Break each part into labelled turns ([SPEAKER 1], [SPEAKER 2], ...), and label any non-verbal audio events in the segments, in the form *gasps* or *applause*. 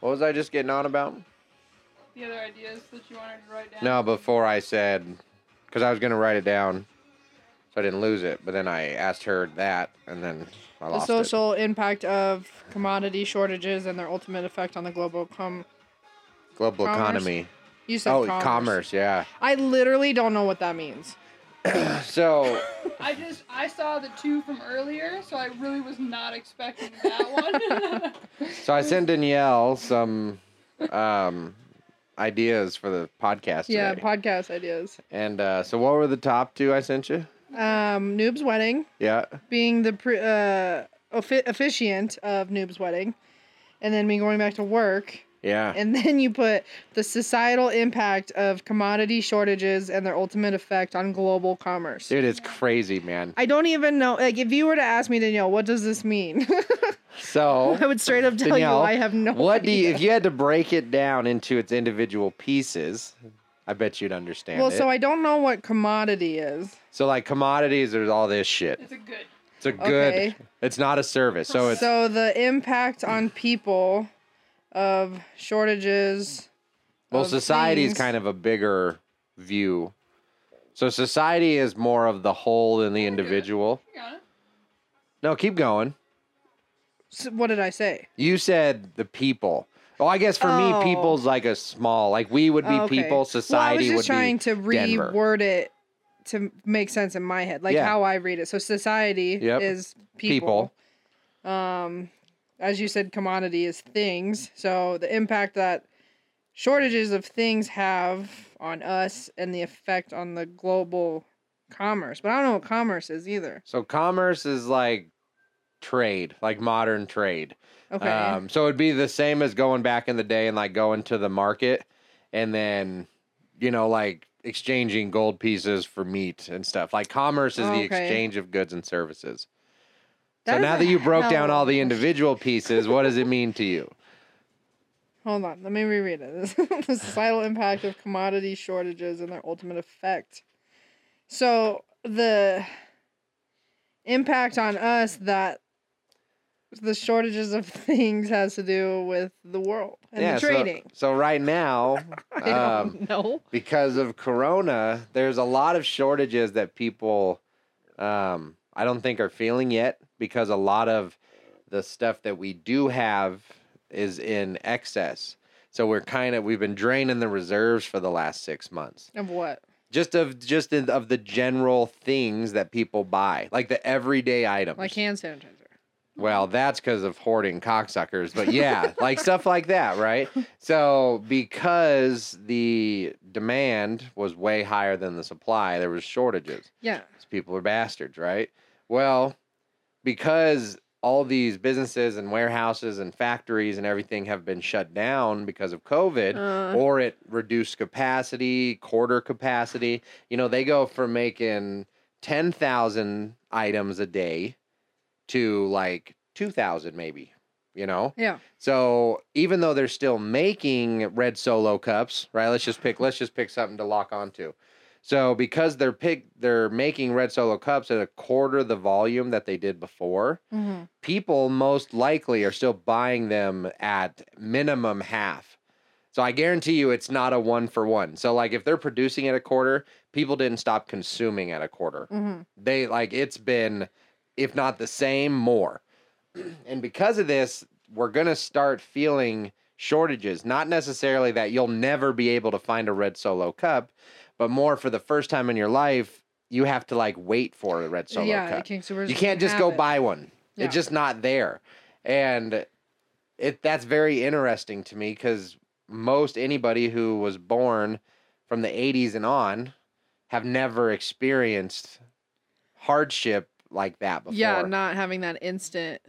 [SPEAKER 1] What was I just getting on about?
[SPEAKER 2] The other ideas that you wanted to write down.
[SPEAKER 1] No, before I said, because I was gonna write it down, so I didn't lose it. But then I asked her that, and then I
[SPEAKER 2] The
[SPEAKER 1] lost it.
[SPEAKER 2] social impact of commodity shortages and their ultimate effect on the global com.
[SPEAKER 1] Global
[SPEAKER 2] commerce?
[SPEAKER 1] economy.
[SPEAKER 2] You said
[SPEAKER 1] Oh,
[SPEAKER 2] commerce.
[SPEAKER 1] commerce. Yeah.
[SPEAKER 2] I literally don't know what that means.
[SPEAKER 1] So
[SPEAKER 3] I just I saw the two from earlier, so I really was not expecting
[SPEAKER 1] *laughs*
[SPEAKER 3] that one.
[SPEAKER 1] So I sent Danielle some um, ideas for the podcast.
[SPEAKER 2] Yeah,
[SPEAKER 1] today.
[SPEAKER 2] podcast ideas.
[SPEAKER 1] and uh, so what were the top two I sent you?
[SPEAKER 2] Um, Noob's wedding.
[SPEAKER 1] Yeah.
[SPEAKER 2] being the pre- uh, offi- officiant of Noob's wedding, and then me going back to work,
[SPEAKER 1] Yeah.
[SPEAKER 2] and *laughs* then you put the societal impact of commodity shortages and their ultimate effect on global commerce.
[SPEAKER 1] Dude, it's crazy, man.
[SPEAKER 2] I don't even know. Like, if you were to ask me, Danielle, what does this mean? *laughs*
[SPEAKER 1] So
[SPEAKER 2] I would straight up tell
[SPEAKER 1] Danielle,
[SPEAKER 2] you I have no.
[SPEAKER 1] what do you,
[SPEAKER 2] idea.
[SPEAKER 1] if you had to break it down into its individual pieces? I bet you'd understand.
[SPEAKER 2] Well,
[SPEAKER 1] it.
[SPEAKER 2] so I don't know what commodity is.
[SPEAKER 1] so like commodities, there's all this shit.
[SPEAKER 3] it's a good.
[SPEAKER 1] It's a good.
[SPEAKER 2] Okay.
[SPEAKER 1] It's not a service. So Oh, it's
[SPEAKER 2] So the impact on people of shortages.
[SPEAKER 1] Well,
[SPEAKER 2] of
[SPEAKER 1] society is
[SPEAKER 2] things.
[SPEAKER 1] kind of a bigger view. So society is more of the whole than the
[SPEAKER 3] do it.
[SPEAKER 1] individual.
[SPEAKER 3] You got it.
[SPEAKER 1] No, keep going.
[SPEAKER 2] s- What did I say?
[SPEAKER 1] You said the people. Oh, I guess for
[SPEAKER 2] Oh.
[SPEAKER 1] me, people's like a small. Like we would be
[SPEAKER 2] Oh, okay.
[SPEAKER 1] people. Society
[SPEAKER 2] well, I was
[SPEAKER 1] would
[SPEAKER 2] just trying
[SPEAKER 1] be
[SPEAKER 2] to
[SPEAKER 1] Denver.
[SPEAKER 2] reword it to make sense in my head, like
[SPEAKER 1] Yeah.
[SPEAKER 2] how I read it. So society
[SPEAKER 1] Yep.
[SPEAKER 2] is people.
[SPEAKER 1] People.
[SPEAKER 2] Um, as you said, commodity is things. So the impact that shortages of things have on us and the effect on the global commerce. But I don't know what commerce is either.
[SPEAKER 1] So commerce is like trade, like modern trade.
[SPEAKER 2] Okay.
[SPEAKER 1] Um, so it'd be the same as going back in the day and like going to the market and then, you know, like exchanging gold pieces for meat and stuff. Like commerce is the
[SPEAKER 2] Okay.
[SPEAKER 1] exchange of goods and services.
[SPEAKER 2] That
[SPEAKER 1] so
[SPEAKER 2] is
[SPEAKER 1] now
[SPEAKER 2] a
[SPEAKER 1] that you broke down
[SPEAKER 2] hell
[SPEAKER 1] all
[SPEAKER 2] of a
[SPEAKER 1] the
[SPEAKER 2] question.
[SPEAKER 1] individual pieces, what does it mean to you?
[SPEAKER 2] Hold on, let me reread it. *laughs* the societal impact of commodity shortages and their ultimate effect. So the impact on us that the shortages of *laughs* things has to do with the world and the
[SPEAKER 1] so-
[SPEAKER 2] trading.
[SPEAKER 1] So, right
[SPEAKER 2] *laughs*
[SPEAKER 1] now,
[SPEAKER 2] I don't
[SPEAKER 1] um,
[SPEAKER 2] know.
[SPEAKER 1] because of Corona, there's a lot of shortages that people, um, I don't think, are feeling yet because a lot of the stuff that we do have is in excess. So we're kind of we've been draining the reserves for the last six months,
[SPEAKER 2] Of what?
[SPEAKER 1] just of just in, of the general things that people buy, like the everyday items.
[SPEAKER 2] Like hand sanitizer.
[SPEAKER 1] Well, that's because of hoarding cocksuckers, but yeah, like stuff like that, right? So, because the demand was way higher than the supply, there was shortages.
[SPEAKER 2] Yeah.
[SPEAKER 1] 'Cause people are bastards, right? Well, because all these businesses and warehouses and factories and everything have been shut down because of COVID,
[SPEAKER 2] Uh,
[SPEAKER 1] or it reduced capacity, quarter capacity. You know, they go from making 10,000 items a day to like 2,000 maybe, you know?
[SPEAKER 2] yeah.
[SPEAKER 1] So even though they're still making red solo cups, right? Let's just pick let's just pick something to lock onto. So because they're pick they're making red solo cups at a quarter the volume that they did before,
[SPEAKER 2] Mhm.
[SPEAKER 1] people most likely are still buying them at minimum half. So I guarantee you it's not a one for one. So like if they're producing at a quarter, people didn't stop consuming at a quarter.
[SPEAKER 2] Mhm.
[SPEAKER 1] They like it's been if not the same more. And because of this, we're going to start feeling shortages, not necessarily that you'll never be able to find a red solo cup, but more for the first time in your life, you have to like wait for a red solo
[SPEAKER 2] yeah.
[SPEAKER 1] cup
[SPEAKER 2] it can- so we're
[SPEAKER 1] you can't just
[SPEAKER 2] have
[SPEAKER 1] go
[SPEAKER 2] it.
[SPEAKER 1] buy one.
[SPEAKER 2] Yeah.
[SPEAKER 1] It's just not there, and it that's very interesting to me because most anybody who was born from the '80s and on have never experienced hardship like that before.
[SPEAKER 2] Yeah, not having that instant.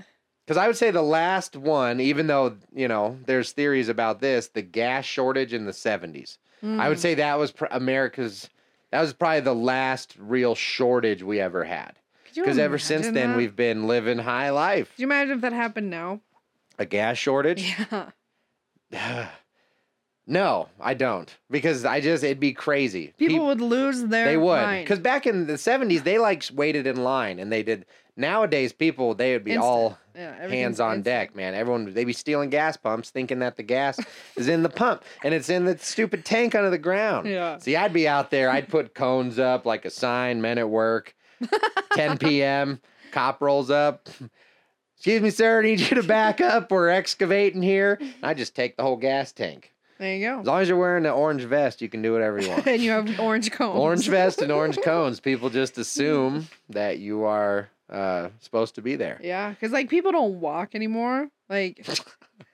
[SPEAKER 1] Because I would say the last one, even though you know there's theories about this, the gas shortage in the '70s. I would
[SPEAKER 2] Mm.
[SPEAKER 1] say that was pr- America's. That was probably the last real shortage we ever had.
[SPEAKER 2] Could you
[SPEAKER 1] Because ever since
[SPEAKER 2] imagine
[SPEAKER 1] then,
[SPEAKER 2] that?
[SPEAKER 1] we've been living high life.
[SPEAKER 2] Could
[SPEAKER 1] *laughs*
[SPEAKER 2] you imagine if that happened now?
[SPEAKER 1] A gas shortage?
[SPEAKER 2] Yeah.
[SPEAKER 1] *sighs* No, I don't because I just it'd be crazy.
[SPEAKER 2] People
[SPEAKER 1] Peop-
[SPEAKER 2] would lose their
[SPEAKER 1] they would
[SPEAKER 2] mind.
[SPEAKER 1] because back in the seventies they like waited in line and they did. Nowadays people they would be
[SPEAKER 2] Instant.
[SPEAKER 1] all
[SPEAKER 2] yeah,
[SPEAKER 1] hands
[SPEAKER 2] everything's
[SPEAKER 1] on
[SPEAKER 2] instant.
[SPEAKER 1] deck, man. Everyone they be stealing gas pumps, thinking that the
[SPEAKER 2] *laughs*
[SPEAKER 1] gas is in the pump and it's in the stupid tank under the ground. *laughs*
[SPEAKER 2] Yeah.
[SPEAKER 1] See, I'd be out there. I'd put cones up like a sign, men at
[SPEAKER 2] *laughs*
[SPEAKER 1] work, 10 p.m. Cop rolls up. *laughs* Excuse me, sir. I need you to back up. We're excavating here. I just take the whole gas tank.
[SPEAKER 2] There you
[SPEAKER 1] As
[SPEAKER 2] go.
[SPEAKER 1] long as you're wearing the orange vest, you can do whatever you want.
[SPEAKER 2] *laughs* and you have orange cones.
[SPEAKER 1] orange vest and
[SPEAKER 2] *laughs*
[SPEAKER 1] orange cones. People just assume that you are uh, supposed to be there.
[SPEAKER 2] Yeah, because like people don't walk anymore.
[SPEAKER 1] *laughs*
[SPEAKER 2] Like,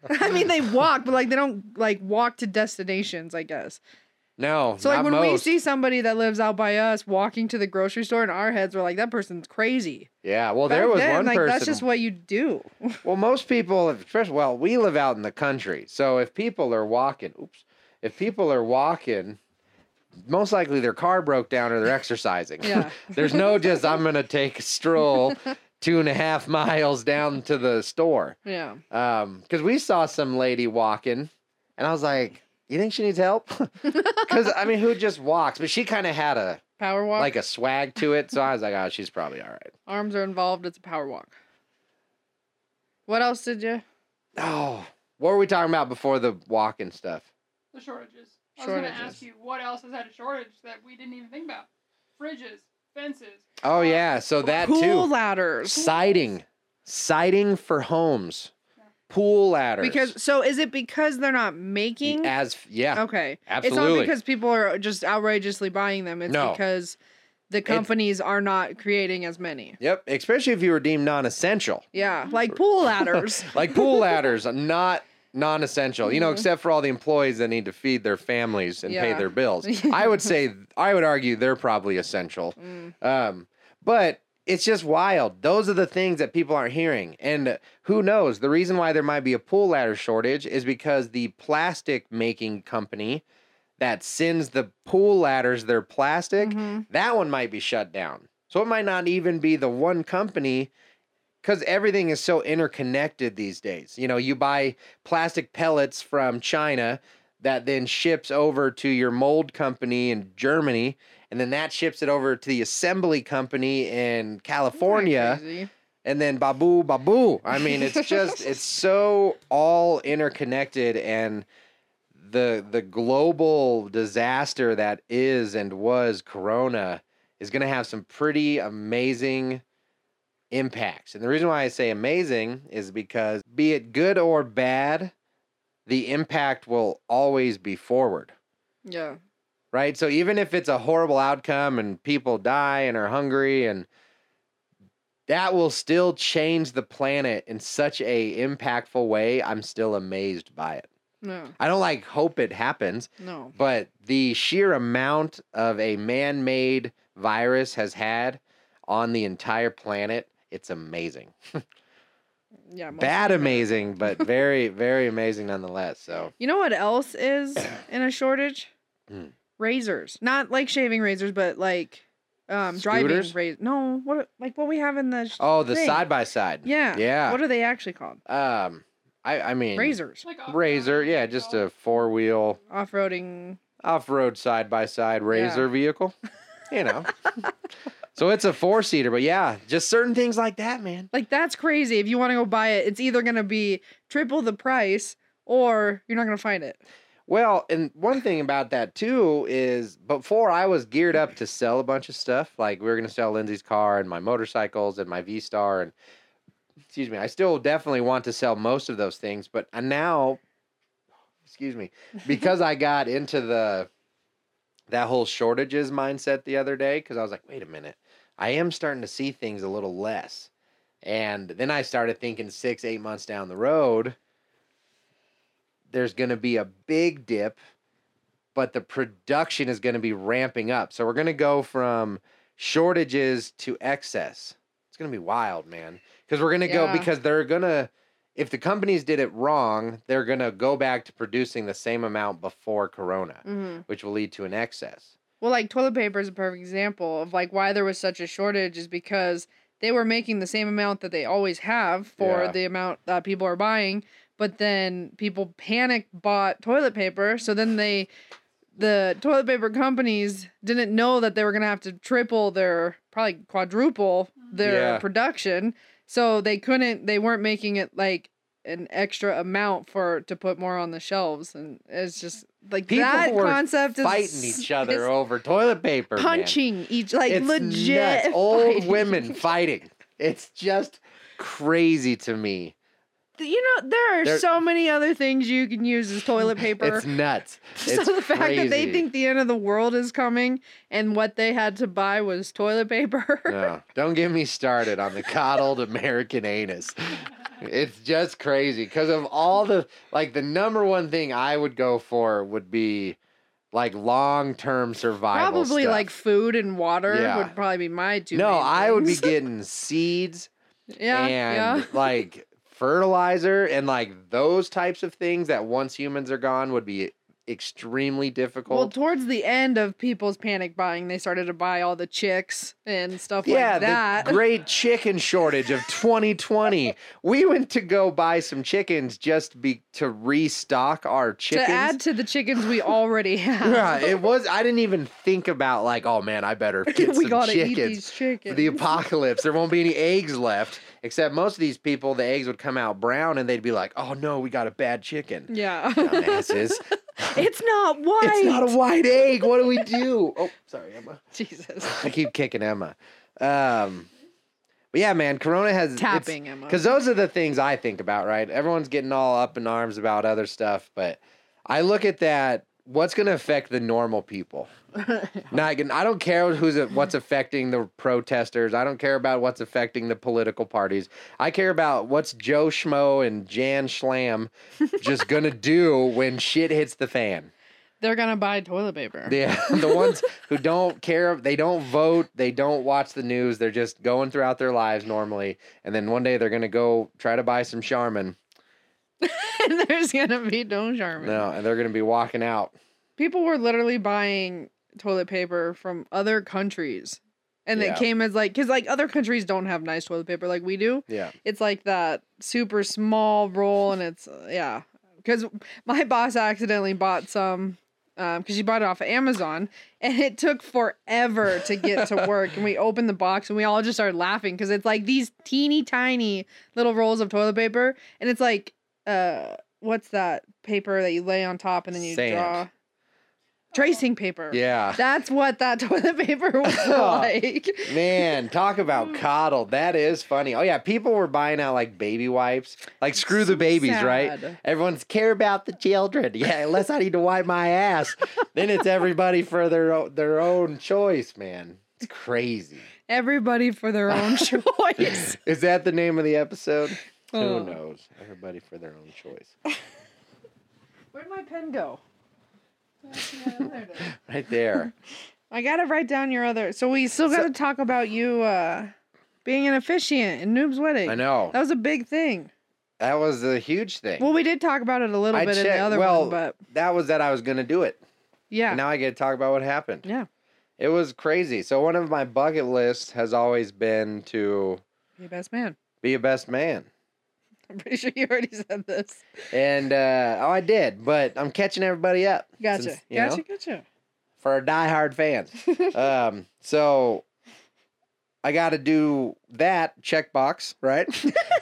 [SPEAKER 2] *laughs* I mean, they walk, but like they don't like walk to destinations. I guess.
[SPEAKER 1] No,
[SPEAKER 2] So like
[SPEAKER 1] not
[SPEAKER 2] when we
[SPEAKER 1] most.
[SPEAKER 2] see somebody that lives out by us walking to the grocery store, in our heads we're like, that person's crazy.
[SPEAKER 1] yeah, well,
[SPEAKER 2] Back
[SPEAKER 1] there was
[SPEAKER 2] then,
[SPEAKER 1] one
[SPEAKER 2] like
[SPEAKER 1] person.
[SPEAKER 2] that's just what you do. *laughs*
[SPEAKER 1] Well, most people, especially, well, we live out in the country. So if people are walking, oops, if people are walking, most likely their car broke down or they're exercising.
[SPEAKER 2] Yeah.
[SPEAKER 1] *laughs* There's no just, I'm going to take a stroll two and a half miles down to the store.
[SPEAKER 2] Yeah.
[SPEAKER 1] Because we saw some lady walking and I was like, you think she needs help? *laughs* Because, I mean, who just walks? But she kind of had a,
[SPEAKER 2] Power walk.
[SPEAKER 1] like a swag to it. So I was like, oh, she's probably all right.
[SPEAKER 2] arms are involved. It's a power walk. What else did you?
[SPEAKER 1] Oh, what were we talking about before the walking stuff?
[SPEAKER 3] The shortages. I was going to ask
[SPEAKER 2] Shortages.
[SPEAKER 3] you what else has had a shortage that we didn't even think about. Fridges, fences.
[SPEAKER 1] Oh yeah, so that
[SPEAKER 2] pool
[SPEAKER 1] too.
[SPEAKER 2] ladders.
[SPEAKER 1] Siding, siding for homes, pool ladders.
[SPEAKER 2] Because Oh. so is it because they're not making?
[SPEAKER 1] as yeah,
[SPEAKER 2] Okay. It's
[SPEAKER 1] Absolutely.
[SPEAKER 2] not because people are just outrageously buying them. It's
[SPEAKER 1] No.
[SPEAKER 2] because the companies are not creating as many.
[SPEAKER 1] yep. Especially if you were deemed non-essential,
[SPEAKER 2] Yeah, like pool
[SPEAKER 1] *laughs*
[SPEAKER 2] ladders.
[SPEAKER 1] like
[SPEAKER 2] *laughs*
[SPEAKER 1] pool ladders, are not non-essential. You know, except for all the employees that need to feed their families and pay
[SPEAKER 2] Mm-hmm. Yeah.
[SPEAKER 1] their bills.
[SPEAKER 2] *laughs*
[SPEAKER 1] I would say, I would argue they're probably essential.
[SPEAKER 2] Mm.
[SPEAKER 1] Um, but it's just wild. Those are the things that people aren't hearing. And who knows? The reason why there might be a pool ladder shortage is because the plastic making company that sends the pool ladders their plastic,
[SPEAKER 2] Mhm.
[SPEAKER 1] that one might be shut down. So it might not even be the one company because everything is so interconnected these days. You know, you buy plastic pellets from China that then ships over to your mold company in Germany, and then that ships it over to the assembly company in California,
[SPEAKER 2] Crazy.
[SPEAKER 1] and then babu babu. I mean, it's just it's so all interconnected and the the global disaster that is and was corona is going to have some pretty amazing impacts. And the reason why I say amazing is because be it good or bad, the impact will always be forward,
[SPEAKER 2] Yeah.
[SPEAKER 1] right? So even if it's a horrible outcome and people die and are hungry and that will still change the planet in such a impactful way, I'm still amazed by it.
[SPEAKER 2] No.
[SPEAKER 1] I don't like hope it happens
[SPEAKER 2] No.
[SPEAKER 1] but the sheer amount of a man-made virus has had on the entire planet it's amazing
[SPEAKER 2] Yeah. most-
[SPEAKER 1] bad amazing
[SPEAKER 2] *laughs*
[SPEAKER 1] but very very amazing nonetheless so
[SPEAKER 2] You know what
[SPEAKER 1] *clears throat*
[SPEAKER 2] else is in a shortage?
[SPEAKER 1] Mm.
[SPEAKER 2] Razors. Not like shaving razors, but like um driving
[SPEAKER 1] Scooters?
[SPEAKER 2] razors. No, what like what we have in the sh-
[SPEAKER 1] oh the
[SPEAKER 2] thing.
[SPEAKER 1] side by side
[SPEAKER 2] Yeah.
[SPEAKER 1] yeah
[SPEAKER 2] What are they actually called?
[SPEAKER 1] um i i mean
[SPEAKER 2] Razors.
[SPEAKER 3] Like off-road,
[SPEAKER 1] razor yeah just
[SPEAKER 3] you know,
[SPEAKER 1] a four-wheel
[SPEAKER 2] Off-roading.
[SPEAKER 1] off-road side-by-side razor vehicle you know so it's a four-seater but yeah just certain things like that man
[SPEAKER 2] Like that's crazy. If you want to go buy it, it's either gonna be triple the price or you're not gonna find it.
[SPEAKER 1] Well, and one thing about that too is before I was geared up to sell a bunch of stuff, like we were going to sell Lindsay's car and my motorcycles and my V Star, and excuse me, I still definitely want to sell most of those things, but I now, excuse me, because I got into the that whole shortages mindset the other day, because I was like, wait a minute, I am starting to see things a little less, and then I started thinking six, eight months down the road there's going to be a big dip, but the production is going to be ramping up. So we're going to go from shortages to excess. It's going to be wild, man. Because we're going to
[SPEAKER 2] Yeah.
[SPEAKER 1] go, because they're going to, if the companies did it wrong, they're going to go back to producing the same amount before Corona,
[SPEAKER 2] Mm-hmm.
[SPEAKER 1] which will lead to an excess.
[SPEAKER 2] Well, like toilet paper is a perfect example of like why there was such a shortage is because they were making the same amount that they always have for
[SPEAKER 1] Yeah.
[SPEAKER 2] the amount that people are buying, but then people panic bought toilet paper. So then they, the toilet paper companies didn't know that they were going to have to triple their, probably quadruple
[SPEAKER 3] Mm-hmm.
[SPEAKER 2] their
[SPEAKER 1] Yeah.
[SPEAKER 2] production. So they couldn't, they weren't making it like an extra amount for to put more on the shelves. And it's just like
[SPEAKER 1] People
[SPEAKER 2] that
[SPEAKER 1] were
[SPEAKER 2] concept is
[SPEAKER 1] Fighting
[SPEAKER 2] *laughs*
[SPEAKER 1] each other over toilet paper. man.
[SPEAKER 2] punching each like
[SPEAKER 1] it's
[SPEAKER 2] legit *laughs*
[SPEAKER 1] nuts. old
[SPEAKER 2] fighting. *laughs*
[SPEAKER 1] women fighting. It's just crazy to me.
[SPEAKER 2] You know there are
[SPEAKER 1] They're-
[SPEAKER 2] so many other things you can use as
[SPEAKER 1] *laughs*
[SPEAKER 2] toilet paper.
[SPEAKER 1] It's
[SPEAKER 2] *laughs*
[SPEAKER 1] nuts.
[SPEAKER 2] so
[SPEAKER 1] It's
[SPEAKER 2] the fact that they
[SPEAKER 1] crazy.
[SPEAKER 2] think the end of the world is coming and what they had to buy was
[SPEAKER 1] *laughs*
[SPEAKER 2] toilet paper.
[SPEAKER 1] No, don't get me started on the coddled American anus.
[SPEAKER 3] *laughs*
[SPEAKER 1] It's just crazy because of all the like the number one thing I would go for would be like long term survival.
[SPEAKER 2] probably
[SPEAKER 1] stuff.
[SPEAKER 2] like food and water
[SPEAKER 1] Yeah.
[SPEAKER 2] would probably be my two.
[SPEAKER 1] no,
[SPEAKER 2] main
[SPEAKER 1] I would be
[SPEAKER 2] *laughs* things.
[SPEAKER 1] getting seeds
[SPEAKER 2] yeah,
[SPEAKER 1] and
[SPEAKER 2] yeah.
[SPEAKER 1] like fertilizer and like those types of things that once humans are gone would be extremely difficult.
[SPEAKER 2] Well, towards the end of people's panic buying, they started to buy all the chicks and stuff
[SPEAKER 1] yeah,
[SPEAKER 2] like that. *laughs*
[SPEAKER 1] the great chicken shortage of 2020. we went to go buy some chickens just be to restock our
[SPEAKER 2] to
[SPEAKER 1] chickens.
[SPEAKER 2] add to the chickens we
[SPEAKER 1] *laughs*
[SPEAKER 2] already have.
[SPEAKER 1] yeah, it was. I didn't even think about like, oh man, I better get
[SPEAKER 2] *laughs* we
[SPEAKER 1] some
[SPEAKER 2] gotta
[SPEAKER 1] chickens
[SPEAKER 2] eat these
[SPEAKER 1] for
[SPEAKER 2] chickens.
[SPEAKER 1] the apocalypse. There won't be
[SPEAKER 2] *laughs*
[SPEAKER 1] any eggs left. Except most of these people, the eggs would come out brown, and they'd be like, oh no, we got a bad
[SPEAKER 2] *laughs*
[SPEAKER 1] chicken.
[SPEAKER 2] yeah.
[SPEAKER 1] Dumbasses.
[SPEAKER 2] it's not white.
[SPEAKER 1] it's not a white egg. What do we
[SPEAKER 2] *laughs*
[SPEAKER 1] do? Oh, sorry, Emma.
[SPEAKER 2] Jesus.
[SPEAKER 1] I keep kicking Emma. Um, but yeah, man, Corona has *laughs* it's-
[SPEAKER 2] Tapping Emma.
[SPEAKER 1] Because those are the things I think about, right? Everyone's getting all up in arms about other stuff, but I look at that. What's going to affect the normal people? Not, gonna- I don't care who's what's affecting the protesters. I don't care about what's affecting the political parties. I care about what's Joe Schmo and Jan Schlam just gonna do when shit hits the fan.
[SPEAKER 2] They're gonna buy toilet paper.
[SPEAKER 1] Yeah, the *laughs* ones who don't care, they don't vote, they don't watch the news. They're just going throughout their lives normally, and then one day they're gonna go try to buy some Charmin.
[SPEAKER 2] and *laughs* there's gonna be no Charmin.
[SPEAKER 1] No, and they're gonna be walking out.
[SPEAKER 2] People were literally buying toilet paper from other countries. And
[SPEAKER 1] Yeah.
[SPEAKER 2] it came as like, because like other countries don't have nice toilet paper like we do.
[SPEAKER 1] Yeah,
[SPEAKER 2] It's like that super small roll, and it's, uh, yeah. Because my boss accidentally bought some, because she bought it off of Amazon, and it took forever to
[SPEAKER 1] *laughs*
[SPEAKER 2] get to work. and we opened the box, and we all just started laughing because it's like these teeny tiny little rolls of toilet paper, and it's like, uh, what's that paper that you lay on top and then you
[SPEAKER 1] Sand.
[SPEAKER 2] draw? Tracing paper.
[SPEAKER 1] yeah.
[SPEAKER 2] That's what that *laughs*
[SPEAKER 1] *laughs*
[SPEAKER 2] toilet paper was like.
[SPEAKER 1] Man, talk about coddled. That is funny. Oh yeah, people were buying out like baby wipes. Like screw the babies, right?
[SPEAKER 2] Sad.
[SPEAKER 1] Everyone's care about the children. Yeah, unless I need to wipe my ass, then it's everybody for their o- their own choice, man. It's crazy.
[SPEAKER 2] Everybody for their
[SPEAKER 1] *laughs*
[SPEAKER 2] own choice.
[SPEAKER 1] Is that the name of the episode?
[SPEAKER 2] Oh.
[SPEAKER 1] Who knows? Everybody for their own choice.
[SPEAKER 2] Where'd my pen go?
[SPEAKER 1] Right there.
[SPEAKER 2] I gotta write down your other. So we still gotta talk about you uh being an officiant in Noob's wedding.
[SPEAKER 1] I know.
[SPEAKER 2] That was a big thing.
[SPEAKER 1] That was a huge thing.
[SPEAKER 2] Oh. Well, we did talk about it a little
[SPEAKER 1] I
[SPEAKER 2] bit in
[SPEAKER 1] checked-
[SPEAKER 2] the other
[SPEAKER 1] well,
[SPEAKER 2] one, but
[SPEAKER 1] that was that I was going to do it.
[SPEAKER 2] yeah,
[SPEAKER 1] And now I get to talk about what happened.
[SPEAKER 2] Yeah.
[SPEAKER 1] It was crazy. So one of my bucket lists has always been to
[SPEAKER 2] be a best man. *laughs*
[SPEAKER 1] be a best man.
[SPEAKER 2] I'm pretty sure you already said this.
[SPEAKER 1] And uh, oh, I did, but I'm catching everybody up.
[SPEAKER 2] Gotcha,
[SPEAKER 1] since, you know,
[SPEAKER 2] gotcha, gotcha.
[SPEAKER 1] for our diehard
[SPEAKER 2] *laughs*
[SPEAKER 1] fans. um, so I got to do that checkbox,
[SPEAKER 2] *laughs*
[SPEAKER 1] right?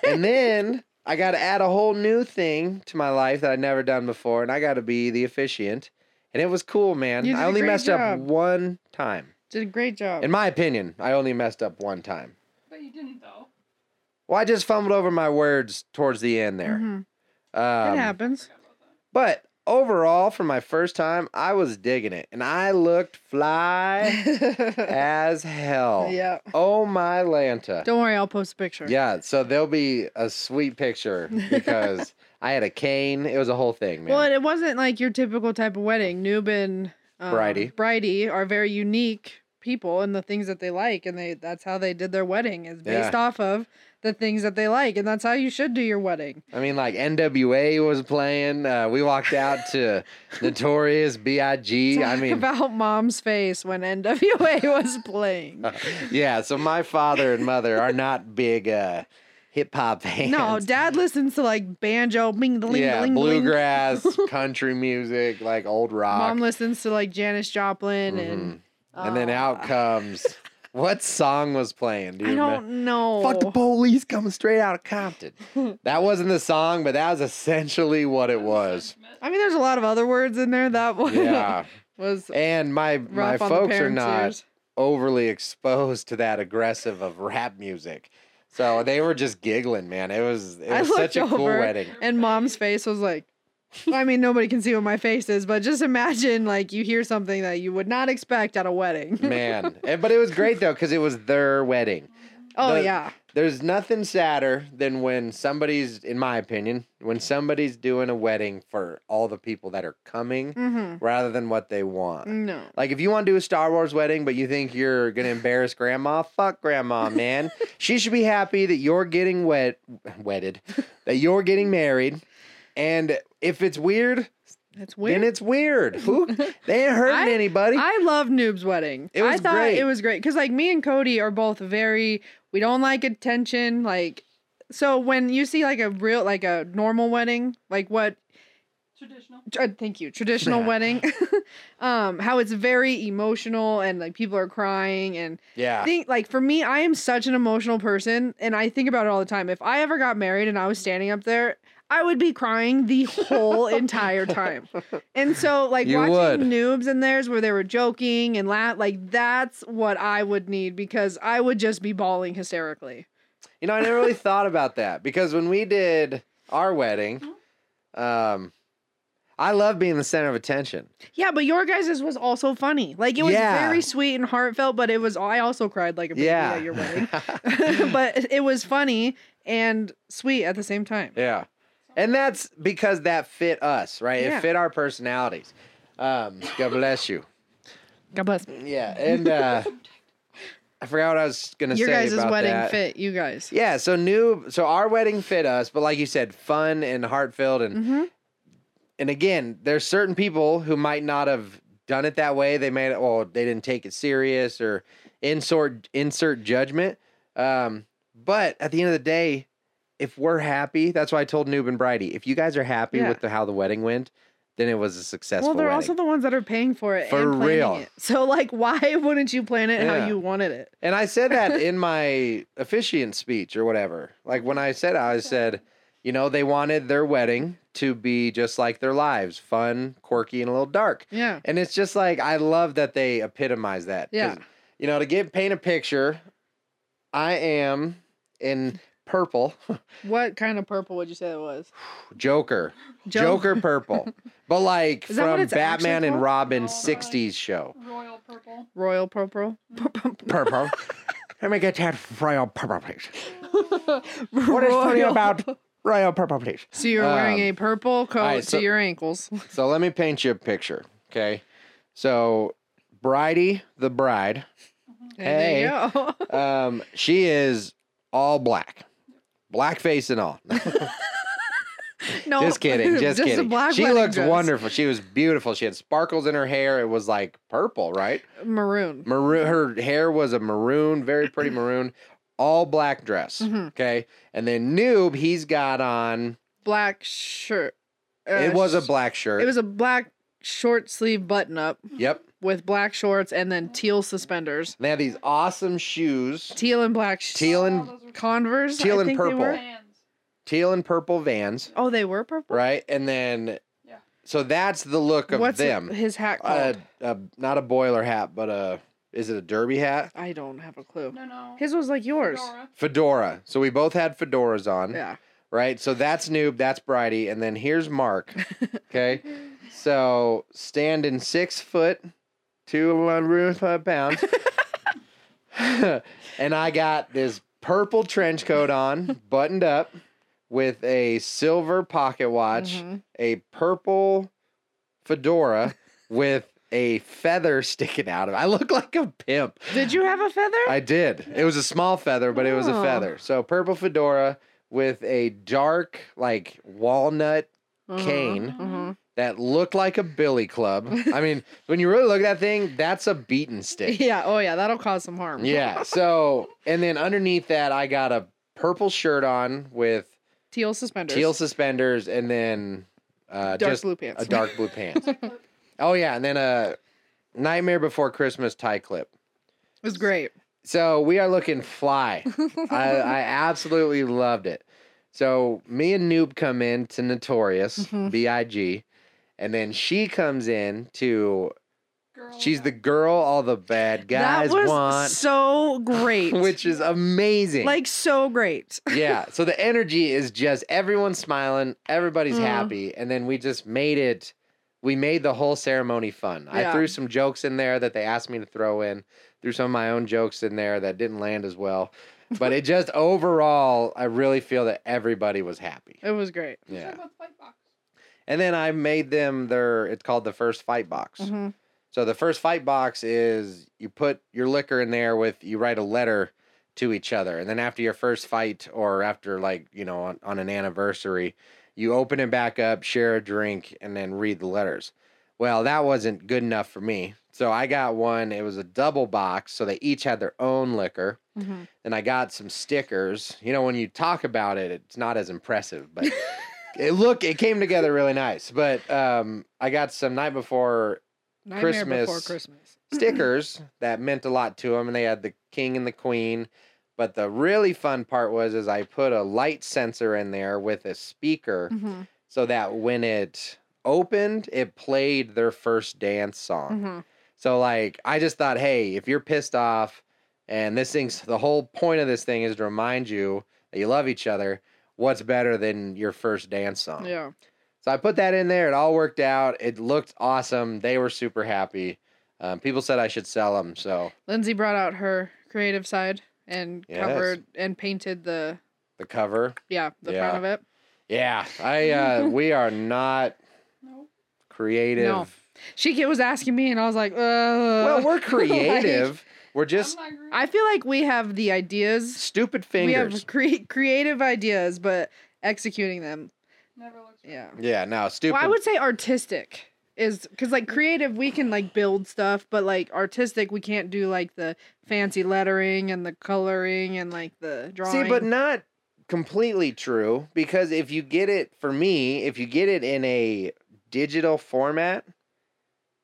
[SPEAKER 1] and then I got to add a whole new thing to my life that I'd never done before, and I got to be the officiant. And it was cool, man.
[SPEAKER 2] You did
[SPEAKER 1] I
[SPEAKER 2] a
[SPEAKER 1] only
[SPEAKER 2] great
[SPEAKER 1] messed up
[SPEAKER 2] job.
[SPEAKER 1] one time.
[SPEAKER 2] Did a great job.
[SPEAKER 1] In my opinion, I only messed up one time.
[SPEAKER 3] But you didn't though.
[SPEAKER 1] Well, I just fumbled over my words towards the end there.
[SPEAKER 2] Mhm.
[SPEAKER 1] Um,
[SPEAKER 2] it happens.
[SPEAKER 1] But overall, for my first time, I was digging it, and I looked
[SPEAKER 2] *laughs*
[SPEAKER 1] fly as hell.
[SPEAKER 2] yeah.
[SPEAKER 1] Oh my Lanta.
[SPEAKER 2] Don't worry, I'll post a picture.
[SPEAKER 1] Yeah, so there'll be a sweet picture
[SPEAKER 2] *laughs*
[SPEAKER 1] because I had a cane. It was a whole thing, man.
[SPEAKER 2] Well, and it wasn't like your typical type of wedding. Noob and um,
[SPEAKER 1] Bridey.
[SPEAKER 2] Bridey are very unique people and the things that they like, and they that's how they did their wedding is based
[SPEAKER 1] Yeah.
[SPEAKER 2] off of the things that they like, and that's how you should do your wedding.
[SPEAKER 1] I mean, like NWA was playing. Uh, we walked out to Notorious B.I.G. I
[SPEAKER 2] Talk
[SPEAKER 1] mean, *laughs*
[SPEAKER 2] about mom's face when NWA was playing.
[SPEAKER 1] *laughs* Oh, yeah. So my father and mother are not big uh, hip hop fans.
[SPEAKER 2] No, dad listens to like banjo, bing, ding,
[SPEAKER 1] yeah,
[SPEAKER 2] ding, *laughs*
[SPEAKER 1] bluegrass, country music, like old rock.
[SPEAKER 2] Mom listens to like Janis Joplin and.
[SPEAKER 1] Mhm. And then
[SPEAKER 2] uh,
[SPEAKER 1] out comes what song was playing? Do you
[SPEAKER 2] I
[SPEAKER 1] remember?
[SPEAKER 2] don't know.
[SPEAKER 1] Fuck the police coming straight out of
[SPEAKER 2] *laughs*
[SPEAKER 1] Compton. that wasn't the song, but that was essentially what it was.
[SPEAKER 2] I mean, there's a lot of other words in there. That *laughs* one
[SPEAKER 1] Yeah.
[SPEAKER 2] was
[SPEAKER 1] And my my
[SPEAKER 2] rough on the
[SPEAKER 1] folks are
[SPEAKER 2] parents'
[SPEAKER 1] not
[SPEAKER 2] ears.
[SPEAKER 1] overly exposed to that aggressive of rap music. So they were just giggling, man. It was it
[SPEAKER 2] I
[SPEAKER 1] was
[SPEAKER 2] looked
[SPEAKER 1] such a cool
[SPEAKER 2] over *laughs*
[SPEAKER 1] wedding.
[SPEAKER 2] And mom's face was like, I mean, nobody can see what my face is, but just imagine like you hear something that you would not expect at a wedding.
[SPEAKER 1] Man. And- but it was great though, because it was their wedding.
[SPEAKER 2] *laughs* oh
[SPEAKER 3] Mm-hmm.
[SPEAKER 1] the-
[SPEAKER 2] yeah,
[SPEAKER 1] There's nothing sadder than when somebody's, in my opinion, when somebody's doing a wedding for all the people that are coming
[SPEAKER 2] mm-hmm.
[SPEAKER 1] rather than what they want.
[SPEAKER 2] no,
[SPEAKER 1] Like if you want to do a Star Wars wedding, but you think you're gonna embarrass grandma, fuck grandma,
[SPEAKER 2] *laughs*
[SPEAKER 1] man. she should be happy that you're getting wed wedded, that you're getting married. And if it's weird,
[SPEAKER 2] that's
[SPEAKER 1] then
[SPEAKER 2] weird.
[SPEAKER 1] it's weird. Who
[SPEAKER 2] *laughs*
[SPEAKER 1] they ain't hurting
[SPEAKER 2] I-
[SPEAKER 1] anybody.
[SPEAKER 2] I love Noob's wedding.
[SPEAKER 1] It
[SPEAKER 2] I
[SPEAKER 1] was
[SPEAKER 2] thought
[SPEAKER 1] great.
[SPEAKER 2] it was great because like me and Cody are both very we don't like attention. Like so when you see like a real like a normal wedding, like what
[SPEAKER 3] Traditional.
[SPEAKER 2] tr- uh, thank you traditional wedding, *laughs* um how it's very emotional and like people are crying and
[SPEAKER 1] yeah.
[SPEAKER 2] think like for me, I am such an emotional person, and I think about it all the time. If I ever got married and I was standing up there, I would be crying
[SPEAKER 1] *laughs*
[SPEAKER 2] the whole entire time. And so, like
[SPEAKER 1] You
[SPEAKER 2] watching
[SPEAKER 1] would.
[SPEAKER 2] noobs and theirs where they were joking and laugh, like that's what I would need because I would just be bawling hysterically.
[SPEAKER 1] You know, I never really thought about that because when we did our wedding, um, I love being the center of attention.
[SPEAKER 2] Yeah, but your guys' was also funny. Like it was
[SPEAKER 1] Yeah.
[SPEAKER 2] very sweet and heartfelt, but it was I also cried like a baby
[SPEAKER 1] Yeah.
[SPEAKER 2] at
[SPEAKER 1] *laughs*
[SPEAKER 2] your wedding. *laughs* but it was funny and sweet at the same time.
[SPEAKER 1] Yeah. And that's because that fit us, right?
[SPEAKER 2] Yeah.
[SPEAKER 1] It fit our personalities. Um, God bless you.
[SPEAKER 2] God bless.
[SPEAKER 1] Yeah,
[SPEAKER 2] *laughs*
[SPEAKER 1] and uh, I forgot what I was gonna
[SPEAKER 2] Your
[SPEAKER 1] say
[SPEAKER 2] guys'
[SPEAKER 1] about
[SPEAKER 2] wedding
[SPEAKER 1] that.
[SPEAKER 2] fit you guys.
[SPEAKER 1] Yeah, so new, so our wedding fit us, but like you said, fun and heartfelt, and
[SPEAKER 2] Mm-hmm.
[SPEAKER 1] and again, there's certain people who might not have done it that way. They made it, well, they didn't take it serious or insert insert judgment. Um, but at the end of the day, if we're happy, that's why I told Noob and Bridie, if you guys are happy
[SPEAKER 2] Yeah.
[SPEAKER 1] with the, how the wedding went, then it was a successful.
[SPEAKER 2] Well, they're
[SPEAKER 1] wedding.
[SPEAKER 2] also the ones that are paying for it
[SPEAKER 1] For
[SPEAKER 2] and planning
[SPEAKER 1] real.
[SPEAKER 2] it. *laughs* So, like, why wouldn't you plan it
[SPEAKER 1] Yeah.
[SPEAKER 2] how you wanted it?
[SPEAKER 1] And I said
[SPEAKER 2] *laughs*
[SPEAKER 1] that in my officiant speech or whatever. Like when I said, I said, you know, they wanted their wedding to be just like their lives fun, quirky, and a little dark.
[SPEAKER 2] Yeah.
[SPEAKER 1] And it's just like, I love that they epitomize that. 'cause,
[SPEAKER 2] Yeah.
[SPEAKER 1] You know, to give paint a picture, I am in purple, *laughs*
[SPEAKER 2] What kind of purple would you say it was?
[SPEAKER 1] Joker,
[SPEAKER 2] Jo-
[SPEAKER 1] Joker
[SPEAKER 2] *laughs*
[SPEAKER 1] purple, but like
[SPEAKER 2] Is that what
[SPEAKER 1] from
[SPEAKER 2] it's actually
[SPEAKER 1] Batman and
[SPEAKER 2] called?
[SPEAKER 1] Robin
[SPEAKER 3] Oh,
[SPEAKER 1] 60s show.
[SPEAKER 3] Royal purple.
[SPEAKER 1] *laughs*
[SPEAKER 2] Royal purple. *laughs*
[SPEAKER 1] Purple. Let me get that royal purple, please.
[SPEAKER 2] What
[SPEAKER 1] royal purple, please?
[SPEAKER 2] *laughs* So you're wearing
[SPEAKER 1] Um,
[SPEAKER 2] a purple coat
[SPEAKER 1] alright, so-
[SPEAKER 2] to your ankles. *laughs*
[SPEAKER 1] So let me paint you a picture, okay? So Bridie, the bride,
[SPEAKER 2] *laughs* There you go. *laughs*
[SPEAKER 1] um, she is all black, black face and all.
[SPEAKER 2] no,
[SPEAKER 1] just
[SPEAKER 2] *laughs*
[SPEAKER 1] kidding, just,
[SPEAKER 2] a
[SPEAKER 1] kidding.
[SPEAKER 2] black
[SPEAKER 1] she
[SPEAKER 2] wedding
[SPEAKER 1] looks
[SPEAKER 2] dress.
[SPEAKER 1] wonderful. She was beautiful. She had sparkles in her hair. It was like purple, right?
[SPEAKER 2] Maroon.
[SPEAKER 1] Maroon. Her hair was a maroon, very
[SPEAKER 2] *clears throat*
[SPEAKER 1] pretty maroon, all black dress.
[SPEAKER 2] Mhm.
[SPEAKER 1] Okay, and then Noob, he's got on.
[SPEAKER 2] Black shirt. Uh,
[SPEAKER 1] it was a
[SPEAKER 2] sh-
[SPEAKER 1] black shirt.
[SPEAKER 2] It was a black short sleeve button up
[SPEAKER 1] Yep.
[SPEAKER 2] with black shorts and then teal suspenders.
[SPEAKER 1] And they had these awesome shoes,
[SPEAKER 2] Teal and black sh-
[SPEAKER 1] Teal and-
[SPEAKER 3] Oh, those are
[SPEAKER 2] Converse. I
[SPEAKER 1] Teal and
[SPEAKER 2] think they
[SPEAKER 1] purple.
[SPEAKER 2] were.
[SPEAKER 3] Vans.
[SPEAKER 1] teal and purple Vans.
[SPEAKER 2] Oh, they were purple.
[SPEAKER 1] right? And then,
[SPEAKER 3] Yeah.
[SPEAKER 1] so that's the look of
[SPEAKER 2] What's
[SPEAKER 1] them.
[SPEAKER 2] his hat
[SPEAKER 1] Uh,
[SPEAKER 2] called?
[SPEAKER 1] uh, not a boiler hat, but a is it a derby hat?
[SPEAKER 2] I don't have a clue.
[SPEAKER 3] No, no.
[SPEAKER 2] His was like yours.
[SPEAKER 3] *laughs* Fedora.
[SPEAKER 1] Fedora. So we both had fedoras on,
[SPEAKER 2] Yeah.
[SPEAKER 1] right? So that's Noob, that's Bridie, and then here's
[SPEAKER 2] *laughs*
[SPEAKER 1] Mark. Okay, so standing six foot, two hundred five pounds,
[SPEAKER 2] *laughs*
[SPEAKER 1] *laughs* and I got this purple trench coat on, buttoned up, with a silver pocket watch.
[SPEAKER 2] Mhm.
[SPEAKER 1] a purple fedora
[SPEAKER 2] *laughs*
[SPEAKER 1] with a feather sticking out of it. I look like a pimp.
[SPEAKER 2] Did you have a feather?
[SPEAKER 1] I did. It was a small feather, but it was a
[SPEAKER 2] Oh.
[SPEAKER 1] feather. So purple fedora with a dark like walnut
[SPEAKER 2] Uh-huh,
[SPEAKER 1] cane.
[SPEAKER 2] uh-huh.
[SPEAKER 1] that looked like a billy club. I mean,
[SPEAKER 2] *laughs*
[SPEAKER 1] when you really look at that thing, that's a beaten stick.
[SPEAKER 2] Yeah. Oh, yeah. That'll cause some harm.
[SPEAKER 1] Yeah. So, and then underneath that I got a purple shirt on with
[SPEAKER 2] Teal suspenders.
[SPEAKER 1] teal suspenders and then uh,
[SPEAKER 2] dark
[SPEAKER 1] just
[SPEAKER 2] blue pants.
[SPEAKER 1] a dark blue pants. oh yeah, and then a Nightmare Before Christmas tie clip.
[SPEAKER 2] *laughs* It was great. *laughs*
[SPEAKER 1] So we are looking fly. I, uh, I absolutely loved it. So me and Noob come in to Notorious
[SPEAKER 2] Mhm.
[SPEAKER 1] B.I.G. And then she comes in to
[SPEAKER 3] Girl,
[SPEAKER 1] she's the girl all the bad guys
[SPEAKER 2] Oh, that was
[SPEAKER 1] want,
[SPEAKER 2] so
[SPEAKER 1] *laughs*
[SPEAKER 2] great.
[SPEAKER 1] which is amazing.
[SPEAKER 2] like so great.
[SPEAKER 1] yeah. So the energy is just everyone's smiling, everybody's
[SPEAKER 2] Mhm.
[SPEAKER 1] happy, and then we just made it. We made the whole ceremony fun. I
[SPEAKER 2] Yeah.
[SPEAKER 1] threw some jokes in there that they asked me to throw in. Threw some of my own jokes in there that didn't land as well, but it
[SPEAKER 2] *laughs*
[SPEAKER 1] just overall, I really feel that everybody was happy.
[SPEAKER 2] It was great.
[SPEAKER 3] She's
[SPEAKER 1] Yeah.
[SPEAKER 3] about the fight box.
[SPEAKER 1] And then I made them their. It's called the first fight box.
[SPEAKER 2] Mhm.
[SPEAKER 1] So the first fight box is you put your liquor in there with you write a letter to each other, and then after your first fight or after like you know on, on an anniversary, you open it back up, share a drink, and then read the letters. Well, that wasn't good enough for me, so I got one. It was a double box, so they each had their own liquor,
[SPEAKER 2] Mhm.
[SPEAKER 1] and I got some stickers. You know, when you talk about it, it's not as impressive, but it look it came together really nice. But um, I got some night before
[SPEAKER 2] Nightmare before
[SPEAKER 1] Christmas.
[SPEAKER 2] Christmas.
[SPEAKER 1] stickers that meant a lot to them and they had the king and the queen but the really fun part was is i put a light sensor in there with a speaker
[SPEAKER 2] Mhm.
[SPEAKER 1] so that when it opened it played their first dance song
[SPEAKER 2] Mhm.
[SPEAKER 1] so like i just thought hey if you're pissed off and this thing's the whole point of this thing is to remind you that you love each other what's better than your first dance song
[SPEAKER 2] Yeah.
[SPEAKER 1] so I put that in there. It all worked out. It looked awesome. They were super happy. Um, people said I should sell them. So
[SPEAKER 2] Lindsay brought out her creative side and
[SPEAKER 1] Yes.
[SPEAKER 2] covered and painted the
[SPEAKER 1] the cover.
[SPEAKER 2] yeah the
[SPEAKER 1] Yeah.
[SPEAKER 2] front of it.
[SPEAKER 1] Yeah, I.
[SPEAKER 2] *laughs*
[SPEAKER 1] Uh, we are not
[SPEAKER 3] No.
[SPEAKER 1] creative.
[SPEAKER 2] No. She was asking me, and I was *laughs* like, uh.
[SPEAKER 1] Well, we're creative. we're just
[SPEAKER 3] I'm not agree-
[SPEAKER 2] I feel like we have the ideas.
[SPEAKER 1] stupid fingers.
[SPEAKER 2] We have cre- creative ideas, but executing them,
[SPEAKER 3] never looked. right.
[SPEAKER 2] yeah.
[SPEAKER 1] yeah, no, stupid.
[SPEAKER 2] Well, I would say artistic is because like creative, we can like build stuff, but like artistic, we can't do like the fancy lettering and the coloring and like the drawing.
[SPEAKER 1] See, but not completely true because if you get it for me, if you get it in a digital format,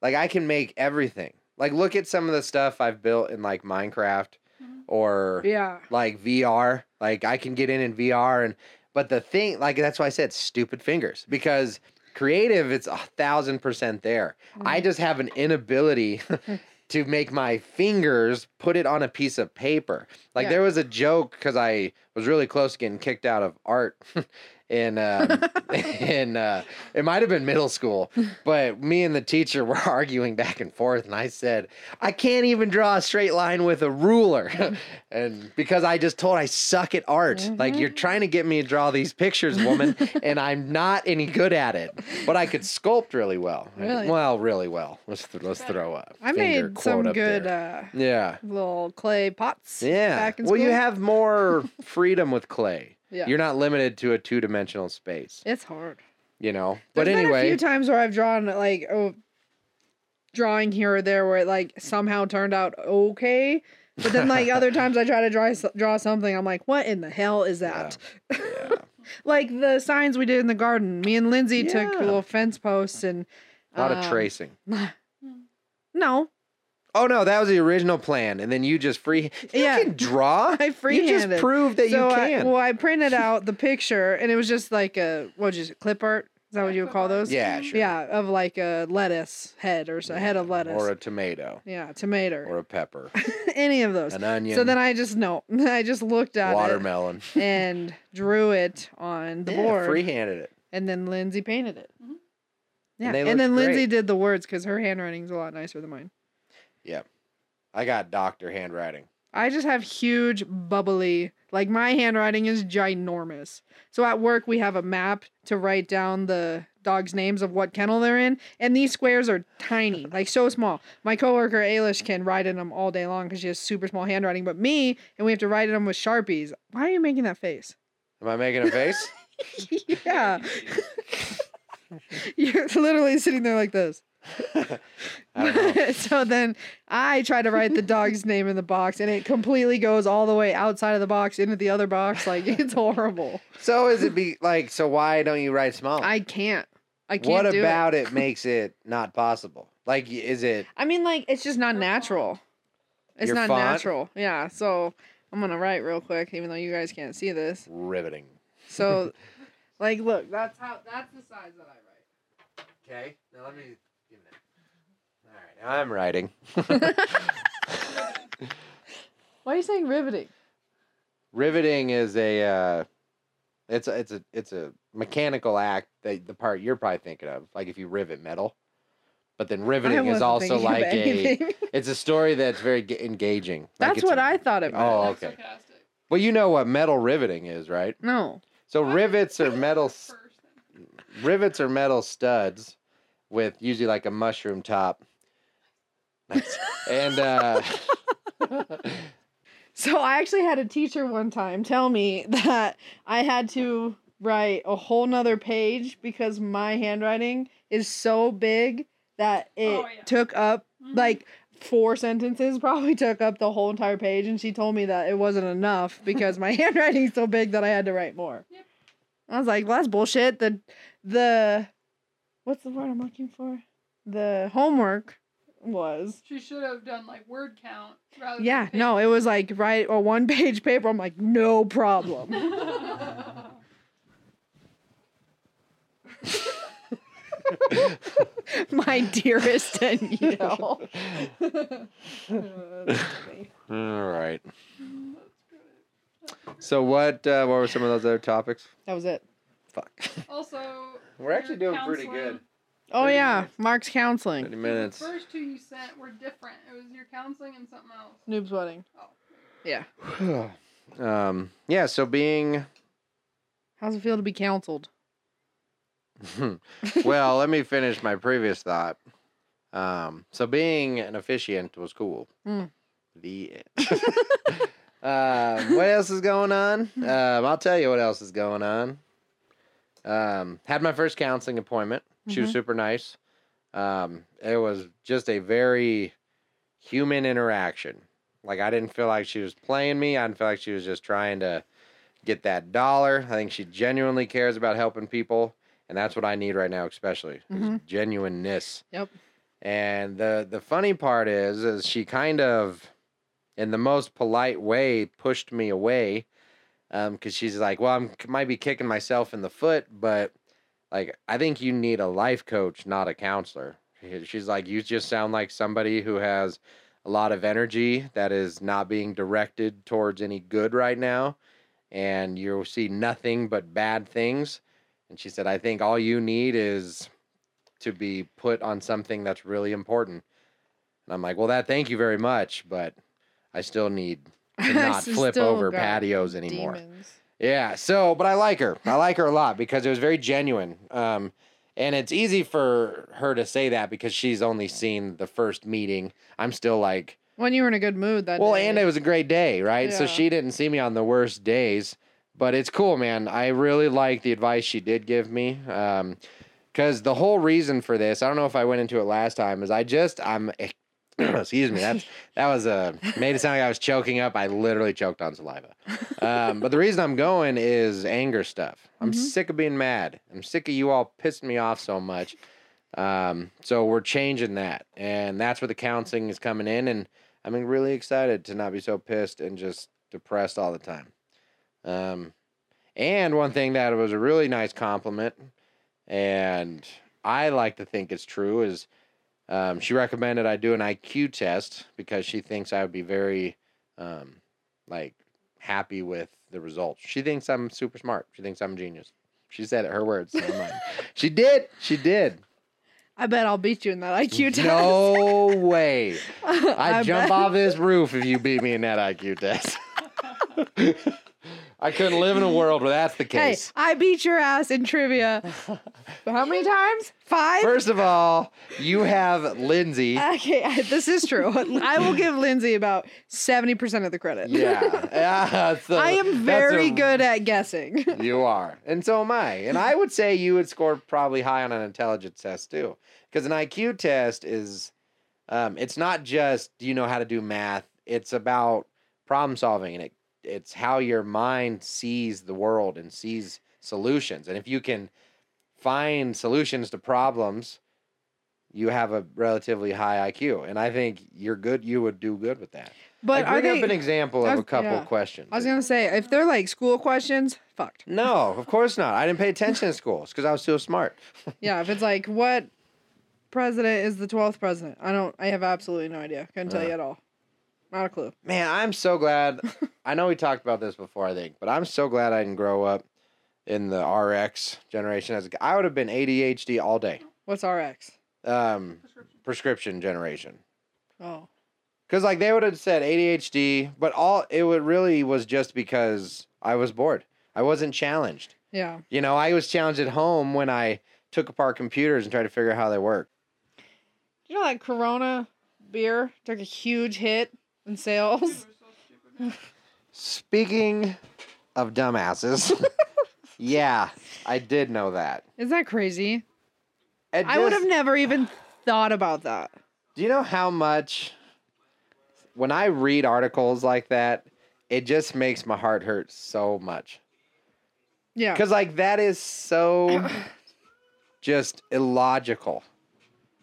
[SPEAKER 1] like I can make everything. Like look at some of the stuff I've built in like Minecraft
[SPEAKER 3] Mhm.
[SPEAKER 1] or
[SPEAKER 2] yeah,
[SPEAKER 1] like VR. Like I can get in in VR and but the thing like that's why I said stupid fingers because creative it's a thousand percent there.
[SPEAKER 2] Mm.
[SPEAKER 1] I just have an inability *laughs* to make my fingers put it on a piece of paper. Like
[SPEAKER 2] Yeah.
[SPEAKER 1] there was a joke because I was really close to getting kicked out of art. *laughs* In
[SPEAKER 2] *laughs*
[SPEAKER 1] um, in uh, it might have been middle school, but me and the teacher *laughs* were arguing back and forth, and I said I can't even draw a straight line with a ruler,
[SPEAKER 2] Mm.
[SPEAKER 1] *laughs* and because I just told I suck at art. Like
[SPEAKER 2] Mm-hmm.
[SPEAKER 1] you're trying to get me to draw these pictures,
[SPEAKER 2] *laughs*
[SPEAKER 1] woman, and I'm not any good at it. But I could sculpt really well.
[SPEAKER 2] Really?
[SPEAKER 1] Well, really well. Let's th- let's throw up.
[SPEAKER 2] I made some good uh,
[SPEAKER 1] Yeah.
[SPEAKER 2] little clay pots.
[SPEAKER 1] Yeah.
[SPEAKER 2] Back in
[SPEAKER 1] well, you
[SPEAKER 2] school.
[SPEAKER 1] have
[SPEAKER 2] *laughs*
[SPEAKER 1] more freedom with clay.
[SPEAKER 2] Yeah.
[SPEAKER 1] You're not limited to a two dimensional space,
[SPEAKER 2] It's hard.
[SPEAKER 1] you know? but
[SPEAKER 2] There's been a
[SPEAKER 1] anyway,
[SPEAKER 2] few times where I've drawn like oh, drawing here or there where it like somehow turned out okay, but then like
[SPEAKER 1] *laughs*
[SPEAKER 2] other times I try to draw s- draw something, I'm like, what in the hell is that?
[SPEAKER 1] yeah.
[SPEAKER 2] Like the signs we did in the garden. Me and Lindsay took
[SPEAKER 1] Yeah.
[SPEAKER 2] little fence posts and
[SPEAKER 1] a lot of
[SPEAKER 2] *laughs* um,
[SPEAKER 1] tracing.
[SPEAKER 2] No, *laughs*
[SPEAKER 1] Oh, no, that was the original plan. And then you just free. You
[SPEAKER 2] Yeah.
[SPEAKER 1] can draw.
[SPEAKER 2] *laughs* I
[SPEAKER 1] You
[SPEAKER 2] freehanded.
[SPEAKER 1] just proved that
[SPEAKER 2] so
[SPEAKER 1] you
[SPEAKER 2] I,
[SPEAKER 1] can.
[SPEAKER 2] well,
[SPEAKER 1] *laughs*
[SPEAKER 2] I printed out the picture and it was just like a what is it, clip art? Is that what you would call those?
[SPEAKER 1] yeah,
[SPEAKER 3] *laughs*
[SPEAKER 1] sure.
[SPEAKER 2] Yeah, of like a lettuce head or so, a head of lettuce.
[SPEAKER 1] Or a tomato
[SPEAKER 2] yeah, tomato.
[SPEAKER 1] or a pepper,
[SPEAKER 2] *laughs* any of those.
[SPEAKER 1] an onion,
[SPEAKER 2] So then I just no, *laughs* I just looked at
[SPEAKER 1] watermelon.
[SPEAKER 2] it *laughs* and drew it on the
[SPEAKER 1] Yeah,
[SPEAKER 2] board,
[SPEAKER 1] freehanded it.
[SPEAKER 2] and then Lindsay painted it.
[SPEAKER 3] Mhm.
[SPEAKER 2] Yeah,
[SPEAKER 1] And they
[SPEAKER 2] and,
[SPEAKER 1] looked
[SPEAKER 2] then Lindsay
[SPEAKER 1] great.
[SPEAKER 2] did the words because her handwriting's a lot nicer than mine.
[SPEAKER 1] I got doctor handwriting.
[SPEAKER 2] I just have huge bubbly, like my handwriting is ginormous. So at work we have a map to write down the dogs' names of what kennel they're in, and these squares are tiny, like so small. My coworker Ailish can write in them all day long because she has super small handwriting, but me and we have to write in them with sharpies. Why are you making that face? *laughs*
[SPEAKER 1] Am I making a face?
[SPEAKER 2] yeah. You're literally sitting there like this.
[SPEAKER 1] I don't know.
[SPEAKER 2] *laughs* so then I try to write the dog's name in the box, and it completely goes all the way outside of the box into the other box. Like it's horrible.
[SPEAKER 1] So is it be like? So why don't you write smaller?
[SPEAKER 2] I can't. I can't
[SPEAKER 1] Oh. what
[SPEAKER 2] do it.
[SPEAKER 1] about it.
[SPEAKER 2] *laughs*
[SPEAKER 1] makes it not possible? Like, y- is it?
[SPEAKER 2] I mean, like it's just not
[SPEAKER 3] Your font.
[SPEAKER 2] natural. It's
[SPEAKER 1] Your
[SPEAKER 2] not
[SPEAKER 1] font?
[SPEAKER 2] natural. Yeah. So I'm gonna write real quick, even though you guys can't see this.
[SPEAKER 1] Riveting. *laughs*
[SPEAKER 2] So, like, look, that's how that's the size that I write.
[SPEAKER 1] Okay. Now let me give it. All right. Now I'm writing.
[SPEAKER 2] Why are you saying riveting?
[SPEAKER 1] Riveting is a. Uh, it's a, it's a it's a mechanical act that the part you're probably thinking of, like if you rivet metal. But then riveting is also like a.
[SPEAKER 2] *laughs*
[SPEAKER 1] It's a story that's very g- engaging. Like,
[SPEAKER 2] That's
[SPEAKER 1] it's
[SPEAKER 2] what
[SPEAKER 1] a-
[SPEAKER 2] I thought it
[SPEAKER 1] Oh,
[SPEAKER 2] meant.
[SPEAKER 3] That's
[SPEAKER 1] okay.
[SPEAKER 3] sarcastic.
[SPEAKER 1] Well, you know what metal riveting is, right?
[SPEAKER 2] No.
[SPEAKER 1] So
[SPEAKER 3] Why
[SPEAKER 1] rivets
[SPEAKER 3] did
[SPEAKER 1] are
[SPEAKER 3] you
[SPEAKER 1] metal
[SPEAKER 3] say
[SPEAKER 1] s-
[SPEAKER 3] that first then?
[SPEAKER 1] rivets are metal studs with usually like a mushroom top. Nice. and uh *laughs*
[SPEAKER 2] So I actually had a teacher one time tell me *laughs* that I had to write a whole nother page because my handwriting is so big that it
[SPEAKER 3] Oh, yeah.
[SPEAKER 2] took up
[SPEAKER 3] Mhm.
[SPEAKER 2] like four sentences probably *laughs* took up the whole entire page and she told me that it wasn't enough because my *laughs* handwriting's so big that I had to write more.
[SPEAKER 3] Yep.
[SPEAKER 2] I was like, well, that's bullshit. The the what's the word I'm looking for? The homework was
[SPEAKER 3] She should have done like word count rather. than
[SPEAKER 2] yeah,
[SPEAKER 3] page. *laughs*
[SPEAKER 2] no, it was like write a one page paper. I'm like, no problem. *laughs* my dearest *laughs* Danielle.
[SPEAKER 1] all right. So what uh, what were some of those other topics?
[SPEAKER 2] that was it.
[SPEAKER 1] Fuck. *laughs*
[SPEAKER 3] also,
[SPEAKER 1] We're actually
[SPEAKER 3] your
[SPEAKER 1] doing pretty
[SPEAKER 3] counseling-
[SPEAKER 1] good.
[SPEAKER 2] Oh
[SPEAKER 1] 30
[SPEAKER 2] yeah,
[SPEAKER 1] minutes.
[SPEAKER 2] Mark's
[SPEAKER 1] 30
[SPEAKER 2] counseling.
[SPEAKER 1] minutes. *sighs*
[SPEAKER 3] The first two you sent were different. It was your counseling and something else.
[SPEAKER 2] Noob's wedding.
[SPEAKER 3] Oh.
[SPEAKER 2] Yeah.
[SPEAKER 1] um yeah, so being
[SPEAKER 2] How's it feel to be counseled?
[SPEAKER 1] *laughs* well, let me finish my previous thought. Um, so being an officiant was cool.
[SPEAKER 2] Mm.
[SPEAKER 1] The end. *laughs* uh, what else is going on? Um, I'll tell you what else is going on. Um, had my first counseling appointment. She was
[SPEAKER 2] Mhm.
[SPEAKER 1] super nice. Um, it was just a very human interaction. Like I didn't feel like she was playing me. I didn't feel like she was just trying to get that dollar. I think she genuinely cares about helping people, and that's what I need right now, especially is
[SPEAKER 2] Mhm.
[SPEAKER 1] genuineness.
[SPEAKER 2] Yep.
[SPEAKER 1] And the the funny part is, is she kind of, in the most polite way, pushed me away, because she's like, "Well, I'm might be kicking myself in the foot, but like I think you need a life coach, not a counselor." She- She's like, "You just sound like somebody who has." A lot of energy that is not being directed towards any good right now and you'll see nothing but bad things. And she said, I think all you need is to be put on something that's really important. And I'm like, well, that thank you very much, but I still
[SPEAKER 2] *laughs*
[SPEAKER 1] need *laughs* to not
[SPEAKER 2] She's
[SPEAKER 1] flip
[SPEAKER 2] still
[SPEAKER 1] over
[SPEAKER 2] got
[SPEAKER 1] patios anymore.
[SPEAKER 2] Demons.
[SPEAKER 1] Yeah. So, but I like her. I like her a lot because it was very genuine. Um, and it's easy for her to say that because she's only seen the first meeting. I'm still like,
[SPEAKER 2] When you were in a good mood that
[SPEAKER 1] well,
[SPEAKER 2] day.
[SPEAKER 1] and it was a great day, right? So
[SPEAKER 2] Yeah.
[SPEAKER 1] she didn't see me on the worst days, but it's cool, man. I really like the advice she did give me. Um, because the whole reason for this, I don't know if I went into it last time, is I just I'm, *clears throat* excuse me, that's that was a made it sound like I was choking up. I literally choked on saliva. Um, but the reason I'm going is anger stuff. I'm
[SPEAKER 2] Mhm.
[SPEAKER 1] sick of being mad. I'm sick of you all pissing me off so much. Um, so we're changing that, and that's where the counseling is coming in. And I'm really excited to not be so pissed and just depressed all the time. Um, and one thing that was a really nice compliment, and I like to think it's true, is um, she recommended I do an IQ test because she thinks I would be very, um, like, happy with the results. She thinks I'm super smart. She thinks I'm a genius. She said it her words. not mine. *laughs* she did. She did.
[SPEAKER 2] *laughs* I bet I'll beat you in that IQ test.
[SPEAKER 1] No
[SPEAKER 2] *laughs*
[SPEAKER 1] way.
[SPEAKER 2] I,
[SPEAKER 1] I'd jump
[SPEAKER 2] bet.
[SPEAKER 1] off this roof if you beat me in that IQ test. *laughs* I couldn't live in a world where that's the
[SPEAKER 2] Hey,
[SPEAKER 1] case.
[SPEAKER 2] I beat your ass in trivia.
[SPEAKER 1] *laughs*
[SPEAKER 2] How many times? Five?
[SPEAKER 1] First of all, you have Lindsay.
[SPEAKER 2] *laughs* Okay, I, this
[SPEAKER 1] *laughs*
[SPEAKER 2] is true. I will give Lindsay about 70% of the credit.
[SPEAKER 1] Yeah. *laughs* yeah so
[SPEAKER 2] I am
[SPEAKER 1] that's
[SPEAKER 2] very
[SPEAKER 1] a-
[SPEAKER 2] good at guessing. *laughs*
[SPEAKER 1] You are. And so am I. And I would say you would score probably high on an intelligence test too. Because an IQ test is um, it's not just do you know how to do math, it's about problem solving and it it's how your mind sees the world and sees solutions. And if you can find solutions to problems, you have a relatively high IQ. And I think you're good you would do good with that.
[SPEAKER 2] But
[SPEAKER 1] Like,
[SPEAKER 2] are
[SPEAKER 1] bring
[SPEAKER 2] they,
[SPEAKER 1] up an example
[SPEAKER 2] I
[SPEAKER 1] of
[SPEAKER 2] was-
[SPEAKER 1] a couple
[SPEAKER 2] yeah.
[SPEAKER 1] questions.
[SPEAKER 2] I was going to say, if they're like school questions, fucked.
[SPEAKER 1] No, of course not. I didn't pay attention in school because I was too smart.
[SPEAKER 2] Yeah, if it's like, what president is the 12th president? I don't, I have absolutely no idea. Couldn't tell
[SPEAKER 1] Uh.
[SPEAKER 2] you at all. Not a clue.
[SPEAKER 1] Man, I'm so glad. I know we talked about this before, I think, but I'm so glad I didn't grow up in the RX generation. As a, I would have been ADHD all day,
[SPEAKER 2] What's RX?
[SPEAKER 1] um,
[SPEAKER 3] Prescription.
[SPEAKER 1] prescription generation.
[SPEAKER 2] Oh.
[SPEAKER 1] Because like they would have said ADHD, but all it would really was just because I was bored. I wasn't challenged.
[SPEAKER 2] Yeah.
[SPEAKER 1] You know, I was challenged at home when I took apart computers and tried to figure out how they work.
[SPEAKER 2] You know that Corona beer took a huge hit in *laughs* sales?
[SPEAKER 3] People are so stupid.
[SPEAKER 1] Speaking of dumbasses, *laughs* yeah, I did know that.
[SPEAKER 2] Is that crazy?
[SPEAKER 1] It
[SPEAKER 2] I would
[SPEAKER 1] just-
[SPEAKER 2] have never even thought about that.
[SPEAKER 1] Do you know how much when I read articles like that, it just makes my heart hurt so much.
[SPEAKER 2] Yeah.
[SPEAKER 1] Cuz like that is so just illogical.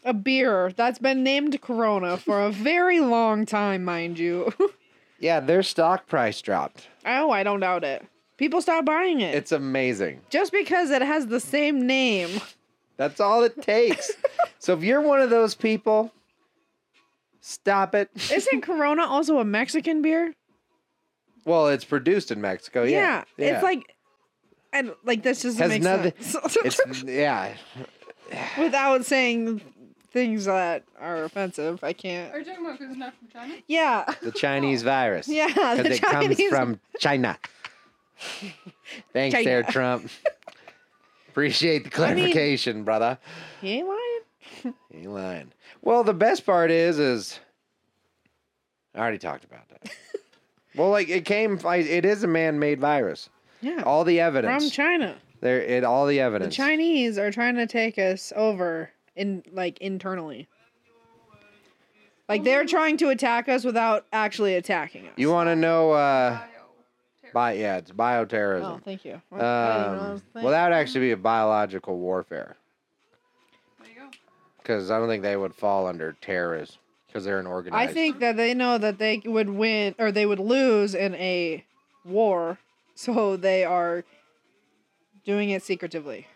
[SPEAKER 2] a beer that's been named Corona for a very long time, mind you. *laughs*
[SPEAKER 1] Yeah, their stock price dropped.
[SPEAKER 2] oh, I don't doubt it. People stop buying it.
[SPEAKER 1] It's amazing.
[SPEAKER 2] just because it has the same name.
[SPEAKER 1] That's all it takes. so if you're one of those people, stop it.
[SPEAKER 2] Isn't Corona also a Mexican beer?
[SPEAKER 1] Well, it's produced in Mexico. Oh, Yeah.
[SPEAKER 2] It's like and like this doesn't
[SPEAKER 1] Has
[SPEAKER 2] make
[SPEAKER 1] nothing-
[SPEAKER 2] sense. *laughs*
[SPEAKER 1] it's yeah.
[SPEAKER 2] Without saying things that are offensive. I can't
[SPEAKER 3] Are you talking about because it's not from China?
[SPEAKER 2] Yeah. *laughs*
[SPEAKER 1] The Chinese virus.
[SPEAKER 2] Yeah,
[SPEAKER 1] Because it comes from China. Thanks,
[SPEAKER 2] China.
[SPEAKER 1] there, Trump. Appreciate the
[SPEAKER 2] I mean-
[SPEAKER 1] clarification, brother.
[SPEAKER 2] He ain't lying.
[SPEAKER 1] You ain't lying. Well, the best part is, is I already talked about
[SPEAKER 2] *laughs*
[SPEAKER 1] that. well, like it came. I- It is a man-made virus.
[SPEAKER 2] Yeah.
[SPEAKER 1] All the
[SPEAKER 2] from
[SPEAKER 1] evidence.
[SPEAKER 2] China.
[SPEAKER 1] there, it all the
[SPEAKER 2] The
[SPEAKER 1] evidence.
[SPEAKER 2] Chinese are trying to take us over in like internally. Like they're trying to attack us without actually attacking us.
[SPEAKER 1] you want to know? Uh,
[SPEAKER 3] Bio.
[SPEAKER 1] bi- yeah, it's bioterrorism.
[SPEAKER 2] Oh, thank you. I- I didn't know I
[SPEAKER 1] um,
[SPEAKER 2] was
[SPEAKER 1] well, that would actually be a biological warfare.
[SPEAKER 3] There you go.
[SPEAKER 1] because I don't think they would fall under terrorism because they're an
[SPEAKER 2] thinking-
[SPEAKER 1] organized.
[SPEAKER 2] I think that they know that they would win or they would lose in a war, so they are doing it secretively.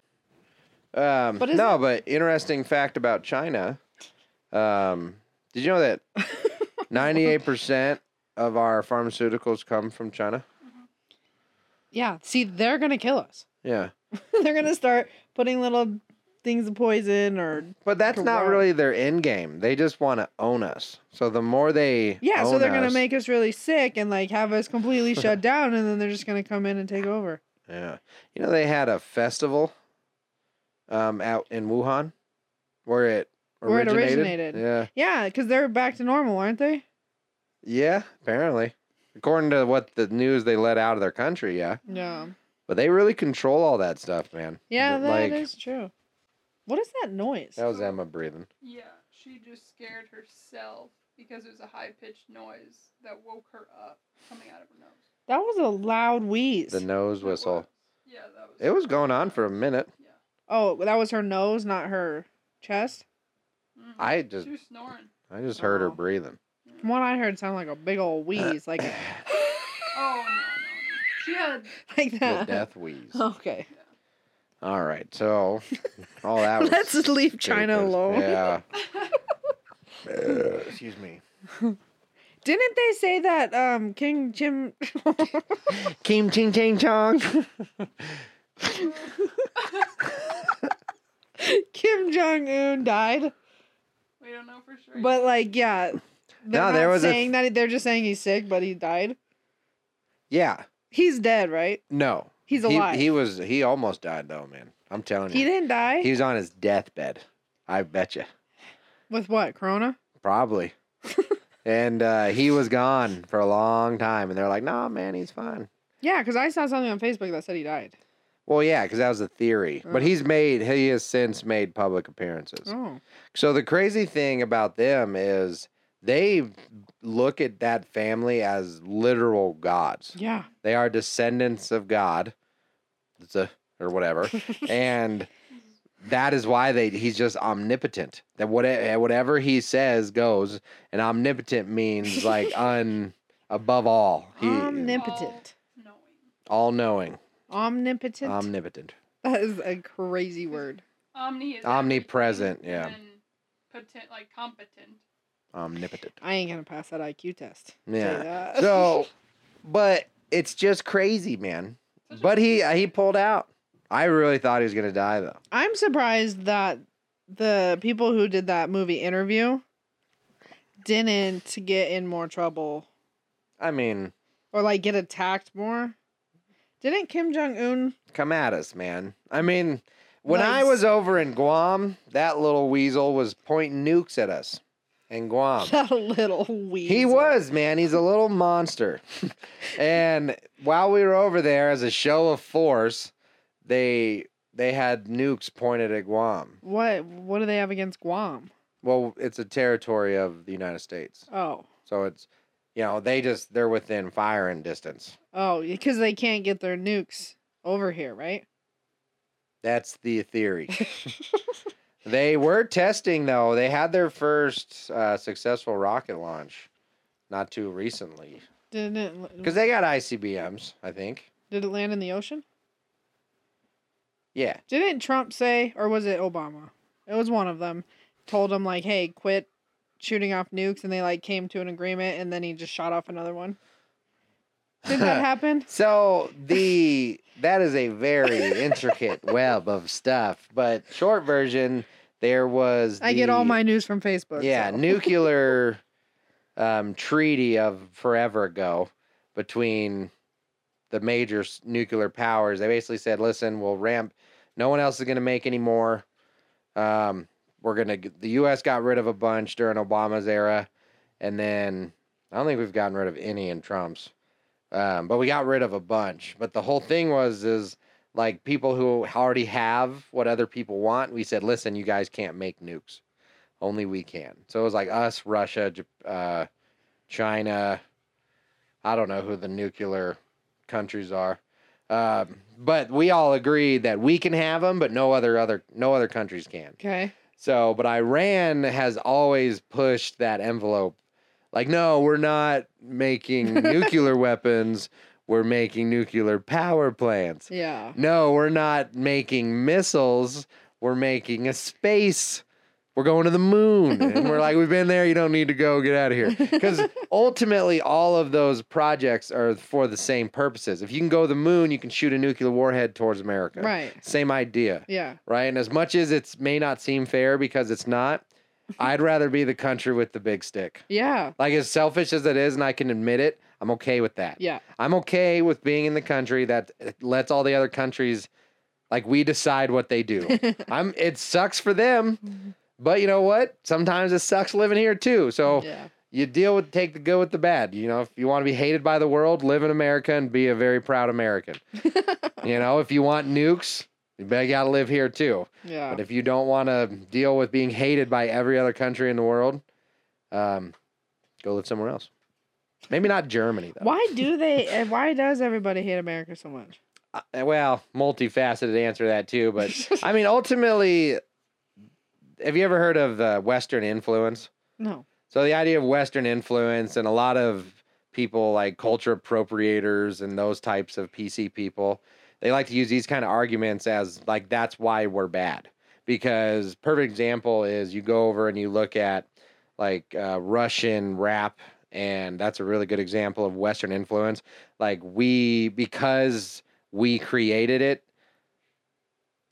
[SPEAKER 1] Um,
[SPEAKER 2] But is
[SPEAKER 1] no, but interesting fact about China. Um, did you know
[SPEAKER 2] *laughs*
[SPEAKER 1] that ninety-eight percent of our pharmaceuticals come from China?
[SPEAKER 2] Yeah. See, they're gonna kill us. *laughs*
[SPEAKER 1] Yeah,
[SPEAKER 2] they're gonna start putting little things of poison or
[SPEAKER 1] but that's not
[SPEAKER 2] Correct.
[SPEAKER 1] really their end game. They just want to own us. So the more they
[SPEAKER 2] Yeah, so
[SPEAKER 1] own
[SPEAKER 2] they're gonna
[SPEAKER 1] us-
[SPEAKER 2] make us really sick and like have us
[SPEAKER 1] *laughs*
[SPEAKER 2] completely shut down, and then they're just gonna come in and take over.
[SPEAKER 1] yeah. You know they had a festival, um, out in Wuhan, where it
[SPEAKER 2] Where it
[SPEAKER 1] originated.
[SPEAKER 2] originated.
[SPEAKER 1] Yeah,
[SPEAKER 2] Yeah, because they're back to normal, aren't they?
[SPEAKER 1] yeah. Apparently, according to what the news they let out of their country, yeah.
[SPEAKER 2] Yeah,
[SPEAKER 1] But they really control all that stuff, man.
[SPEAKER 2] yeah,
[SPEAKER 1] Th-
[SPEAKER 2] that is
[SPEAKER 1] like,
[SPEAKER 2] true. What is that noise?
[SPEAKER 1] That was Emma breathing.
[SPEAKER 3] Yeah, she just scared herself because it was a high pitched noise that woke her up coming out of her nose.
[SPEAKER 2] That was a loud wheeze.
[SPEAKER 1] The nose whistle.
[SPEAKER 3] Yeah, that was.
[SPEAKER 1] It was going on for a minute.
[SPEAKER 2] oh, that was her nose, not her chest.
[SPEAKER 3] Mhm.
[SPEAKER 1] I just,
[SPEAKER 3] She was snoring.
[SPEAKER 1] I just heard her
[SPEAKER 2] Oh. *laughs*
[SPEAKER 1] breathing.
[SPEAKER 2] From what I heard, it sounded like a big old
[SPEAKER 1] *coughs*
[SPEAKER 2] wheeze, like *coughs*
[SPEAKER 3] Oh no, no, no. She had.
[SPEAKER 2] like
[SPEAKER 1] The *laughs*
[SPEAKER 2] that.
[SPEAKER 1] death wheeze.
[SPEAKER 2] *laughs* Okay,
[SPEAKER 1] All right, so all that. Was
[SPEAKER 2] *laughs* let's just leave China
[SPEAKER 1] stupid.
[SPEAKER 2] alone. *laughs*
[SPEAKER 1] Yeah. Uh, Excuse me.
[SPEAKER 2] Didn't they say that um King Jim? *laughs*
[SPEAKER 1] Kim ching ching chong.
[SPEAKER 2] Kim Jong Un died?
[SPEAKER 3] We don't know for sure.
[SPEAKER 2] But like, yeah, they're
[SPEAKER 1] No,
[SPEAKER 2] not
[SPEAKER 1] there was a
[SPEAKER 2] saying that they're just saying he's sick, but he died.
[SPEAKER 1] yeah,
[SPEAKER 2] He's dead, right?
[SPEAKER 1] No.
[SPEAKER 2] He's
[SPEAKER 1] He-
[SPEAKER 2] alive.
[SPEAKER 1] He, was he almost died though, man. I'm telling
[SPEAKER 2] He
[SPEAKER 1] you.
[SPEAKER 2] didn't die
[SPEAKER 1] Oh, He was on his deathbed. I bet you.
[SPEAKER 2] with what? Corona?
[SPEAKER 1] Probably. and uh, he was gone for a long time and they're like, "No, man, he's fine."
[SPEAKER 2] Yeah, because I saw something on Facebook that said he died.
[SPEAKER 1] Well, yeah, cuz that was the theory. But
[SPEAKER 2] Oh.
[SPEAKER 1] he's made he has since made public appearances.
[SPEAKER 2] Oh,
[SPEAKER 1] So the crazy thing about them is they look at that family as literal gods. *laughs*
[SPEAKER 2] yeah.
[SPEAKER 1] They are descendants of God, It's a- or whatever, and that is why they he's just omnipotent. That whatever whatever he says goes, and omnipotent means
[SPEAKER 2] *laughs*
[SPEAKER 1] like un above all, he
[SPEAKER 2] Omnipotent.
[SPEAKER 3] knowing.
[SPEAKER 1] all knowing,
[SPEAKER 2] Omnipotent.
[SPEAKER 1] omnipotent,
[SPEAKER 2] *laughs* that is a crazy word.
[SPEAKER 3] Omni is
[SPEAKER 1] Omnipresent,
[SPEAKER 3] everything,
[SPEAKER 1] yeah.
[SPEAKER 3] And then potent, like competent.
[SPEAKER 1] omnipotent.
[SPEAKER 2] I ain't gonna pass that IQ test. Tell you
[SPEAKER 1] Yeah.
[SPEAKER 2] that.
[SPEAKER 1] So, but it's just crazy, man.
[SPEAKER 3] Such a-
[SPEAKER 1] But he he pulled out. I really thought he was gonna die though.
[SPEAKER 2] I'm surprised that the people who did that movie interview didn't get in more trouble
[SPEAKER 1] I mean,
[SPEAKER 2] or like get attacked more. Didn't Kim Jong Un?
[SPEAKER 1] come at us, man. I mean, when I
[SPEAKER 2] Nice.
[SPEAKER 1] was over in Guam, that little weasel was pointing nukes at us in
[SPEAKER 2] *laughs*
[SPEAKER 1] Guam.
[SPEAKER 2] That little weed.
[SPEAKER 1] Um, He was, man. He's a little monster. *laughs* and while we were over there as a show of force, they they had nukes pointed at Guam.
[SPEAKER 2] What? What do they have against Guam?
[SPEAKER 1] Well, it's a territory of the United States.
[SPEAKER 2] Oh,
[SPEAKER 1] So it's you know, they just they're within firing distance.
[SPEAKER 2] oh, because they can't get their nukes over here, right?
[SPEAKER 1] That's the theory. They were testing though. They had their first uh, successful rocket launch, not too recently,
[SPEAKER 2] Didn't it,
[SPEAKER 1] because they got ICBMs, I think.
[SPEAKER 2] did it land in the ocean?
[SPEAKER 1] Yeah,
[SPEAKER 2] Didn't Trump say, or was it Obama? It was one of them. Told him like, hey, quit shooting off nukes, and they like came to an agreement, and then he just shot off another one.
[SPEAKER 1] *laughs*
[SPEAKER 2] Did that happen?
[SPEAKER 1] So the that is a very
[SPEAKER 2] *laughs*
[SPEAKER 1] intricate web of stuff. But short version, there was
[SPEAKER 2] I get all
[SPEAKER 1] the-
[SPEAKER 2] my news from Facebook.
[SPEAKER 1] yeah
[SPEAKER 2] so. *laughs*
[SPEAKER 1] nuclear um, treaty of forever ago between the major s- nuclear powers. They basically said, "Listen, we'll ramp. No one else is going to make any more. Um, we're going to. The U.S. got rid of a bunch during Obama's era, and then I don't think we've gotten rid of any in Trump's. Um, but we got rid of a bunch. But the whole thing was is like people who already have what other people want. We said, listen, you guys can't make nukes. Only we can. So it was like us, Russia, J- uh, China. I don't know who the nuclear countries are, um, but we all agreed that we can have them, but no other other no other countries can.
[SPEAKER 2] Okay.
[SPEAKER 1] So, but Iran has always pushed that envelope. Like, no, we're not
[SPEAKER 2] *laughs*
[SPEAKER 1] making nuclear weapons. We're making nuclear power plants.
[SPEAKER 2] Yeah.
[SPEAKER 1] No, we're not making missiles. We're making a space. We're going to the moon. And we're like, we've been there. You don't need to go. Get out of here. Because ultimately, all of those projects are for the same purposes. If you can go to the moon, you can shoot a nuclear warhead towards America.
[SPEAKER 2] Right.
[SPEAKER 1] Same idea,
[SPEAKER 2] Yeah.
[SPEAKER 1] right? And as much as it may not seem fair because it's
[SPEAKER 2] *laughs*
[SPEAKER 1] not, I'd rather be the country with the big stick.
[SPEAKER 2] Yeah.
[SPEAKER 1] Like, as selfish as it is, and I can admit it, I'm okay with that.
[SPEAKER 2] Yeah. *laughs*
[SPEAKER 1] I'm okay with being in the country that lets all the other countries like we decide what they
[SPEAKER 2] *laughs*
[SPEAKER 1] do. I'm it sucks for them, but you know what? Sometimes it sucks living here too. So
[SPEAKER 2] Yeah.
[SPEAKER 1] you deal with take the good with the bad. You know, if you want to be hated by the world, live in America and be a very proud
[SPEAKER 2] *laughs*
[SPEAKER 1] American. you know, if you want nukes, you better gotta live here too.
[SPEAKER 2] Yeah.
[SPEAKER 1] But if you don't want to deal with being hated by every other country in the world, um, go live somewhere else. Maybe not Germany though.
[SPEAKER 2] Why do they? and Why does everybody hate America so much?
[SPEAKER 1] Uh, well, multifaceted answer to that too, but
[SPEAKER 2] *laughs*
[SPEAKER 1] I mean, ultimately, have you ever heard of uh, Western influence?
[SPEAKER 2] No.
[SPEAKER 1] So the idea of Western influence and a lot of people like culture appropriators and those types of PC people, they like to use these kind of arguments as like that's why we're bad. Because perfect example is you go over and you look at like uh, Russian rap, and that's a really good example of Western influence. Like we because we created it.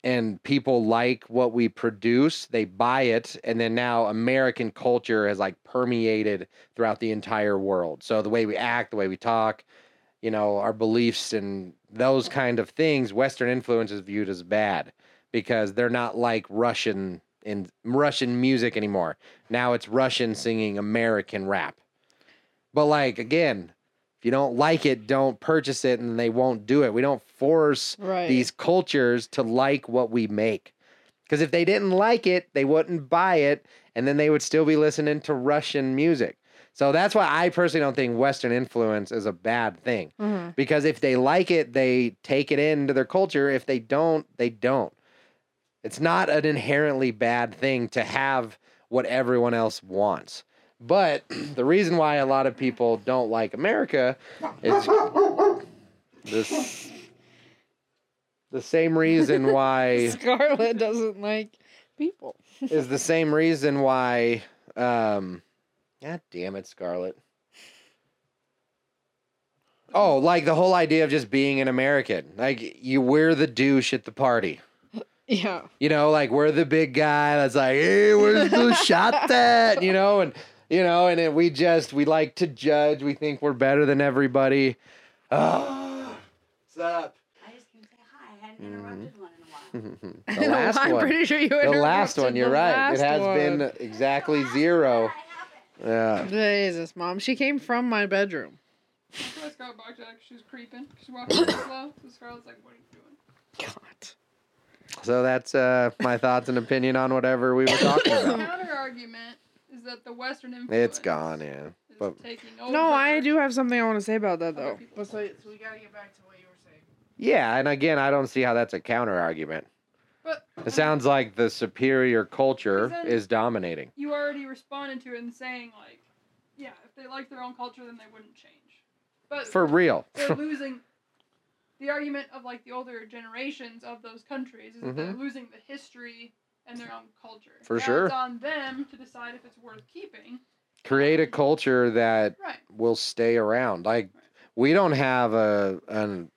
[SPEAKER 1] And people like what we produce, they buy it, and then now American culture has like permeated throughout the entire world. So the way we act, the way we talk, you know, our beliefs and those kind of things, Western influence is viewed as bad because they're not like Russian in Russian music anymore. Now it's Russian singing American rap. But like again, if you don't like it, don't purchase it and they won't do it. We don't force
[SPEAKER 2] Right.
[SPEAKER 1] these cultures to like what we make. Because if they didn't like it, they wouldn't buy it, and then they would still be listening to Russian music. So that's why I personally don't think Western influence is a bad thing.
[SPEAKER 2] Mhm.
[SPEAKER 1] Because if they like it, they take it into their culture. If they don't, they don't. It's not an inherently bad thing to have what everyone else wants. But *clears throat* the reason why a lot of people don't like America is this the same reason why
[SPEAKER 2] Scarlet doesn't like people.
[SPEAKER 1] is the same reason why um God damn it, Scarlet. Oh, like the whole idea of just being an American. Like you we're the douche at the party.
[SPEAKER 2] Yeah.
[SPEAKER 1] You know, like we're the big guy that's like, hey, *laughs* where's the shot that? You know, and you know, and it, we just we like to judge. We think we're better than everybody. Ah, what's up?
[SPEAKER 4] I just came to say hi. I hadn't interrupted one in a while.
[SPEAKER 1] *laughs* the
[SPEAKER 2] I know,
[SPEAKER 1] last
[SPEAKER 2] *laughs* I'm
[SPEAKER 1] one.
[SPEAKER 2] pretty sure you
[SPEAKER 1] the last
[SPEAKER 2] interrupted
[SPEAKER 1] one. You're
[SPEAKER 2] the
[SPEAKER 1] right. It
[SPEAKER 2] last
[SPEAKER 1] has
[SPEAKER 2] one.
[SPEAKER 1] been exactly zero. Yeah.
[SPEAKER 2] Jesus, mom. She came from my bedroom.
[SPEAKER 3] So I just got back to that 'cause she was creeping. She's walking real slow. So Scarlett's like, what are you doing?
[SPEAKER 2] God.
[SPEAKER 1] So that's uh, my thoughts and opinion on whatever we were talking
[SPEAKER 3] The *laughs*
[SPEAKER 2] *coughs*
[SPEAKER 1] about.
[SPEAKER 3] counter argument is yeah. the Western influence.
[SPEAKER 1] It's gone, yeah.
[SPEAKER 3] is
[SPEAKER 1] But
[SPEAKER 3] taking over.
[SPEAKER 2] No, I do have something I want to say about that
[SPEAKER 3] other
[SPEAKER 2] though.
[SPEAKER 3] people's lives.
[SPEAKER 2] we gotta get back to what you were saying.
[SPEAKER 1] yeah, and again, I don't see how that's a counter argument.
[SPEAKER 3] But
[SPEAKER 1] It sounds like the superior culture is dominating.
[SPEAKER 3] you already responded to it and saying like, yeah, if they liked their own culture, then they wouldn't change. But
[SPEAKER 1] For real. *laughs*
[SPEAKER 3] they're losing the argument of like the older generations of those countries is that they're losing the history and their own culture.
[SPEAKER 1] Mm-hmm. For
[SPEAKER 3] Now
[SPEAKER 1] sure.
[SPEAKER 3] it's on them to decide if it's worth keeping.
[SPEAKER 1] Create a culture that
[SPEAKER 3] Right.
[SPEAKER 1] will stay around. Like we don't have a an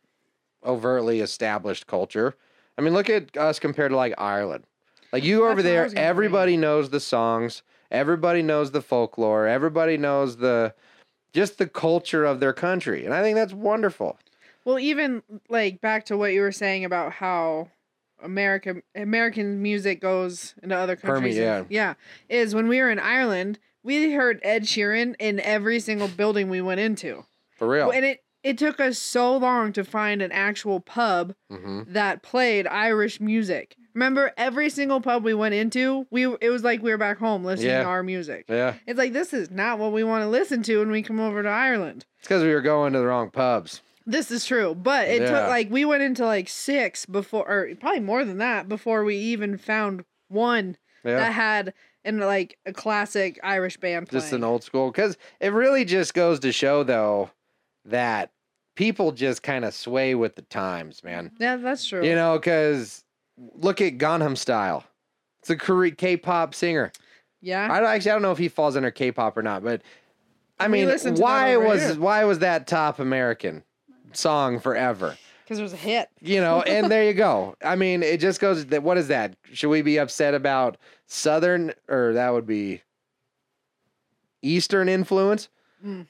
[SPEAKER 1] overtly established culture. I mean, look at us compared to like Ireland. Like you
[SPEAKER 2] That's
[SPEAKER 1] over
[SPEAKER 2] what I
[SPEAKER 1] there,
[SPEAKER 2] was gonna bring.
[SPEAKER 1] everybody knows the songs, everybody knows the folklore, everybody knows the just the culture of their country, and I think that's wonderful.
[SPEAKER 2] Well, even like back to what you were saying about how America American music goes into other countries.
[SPEAKER 1] Perme-
[SPEAKER 2] and- yeah, is when we were in Ireland, we heard Ed Sheeran in every single building we went into,
[SPEAKER 1] For real.
[SPEAKER 2] and it it took us so long to find an actual pub
[SPEAKER 1] hmm
[SPEAKER 2] that played Irish music. Remember, every single pub we went into, we it was like we were back home listening
[SPEAKER 1] Yeah.
[SPEAKER 2] to our music.
[SPEAKER 1] Yeah,
[SPEAKER 2] It's like this is not what we want to listen to when we come over to Ireland.
[SPEAKER 1] it's because we were going to the wrong pubs.
[SPEAKER 2] This is true, but it
[SPEAKER 1] Yeah.
[SPEAKER 2] took like we went into like six before, or probably more than that, before we even found one that
[SPEAKER 1] Yeah,
[SPEAKER 2] had and like a classic Irish band playing.
[SPEAKER 1] just an old school. Because it really just goes to show, though, that people just kind of sway with the times, man.
[SPEAKER 2] yeah, that's true.
[SPEAKER 1] You know, because look at Gangnam Style. It's a Korean K-pop singer.
[SPEAKER 2] yeah,
[SPEAKER 1] I don't, actually I don't know if he falls under K-pop or not, but I
[SPEAKER 2] We
[SPEAKER 1] mean,
[SPEAKER 2] listen to that
[SPEAKER 1] why
[SPEAKER 2] over
[SPEAKER 1] was
[SPEAKER 2] here.
[SPEAKER 1] why was that top American song forever?
[SPEAKER 2] because there's a hit.
[SPEAKER 1] You know, and there you go. I mean, it just goes that what is that? Should we be upset about southern or that would be eastern influence?
[SPEAKER 2] Mm.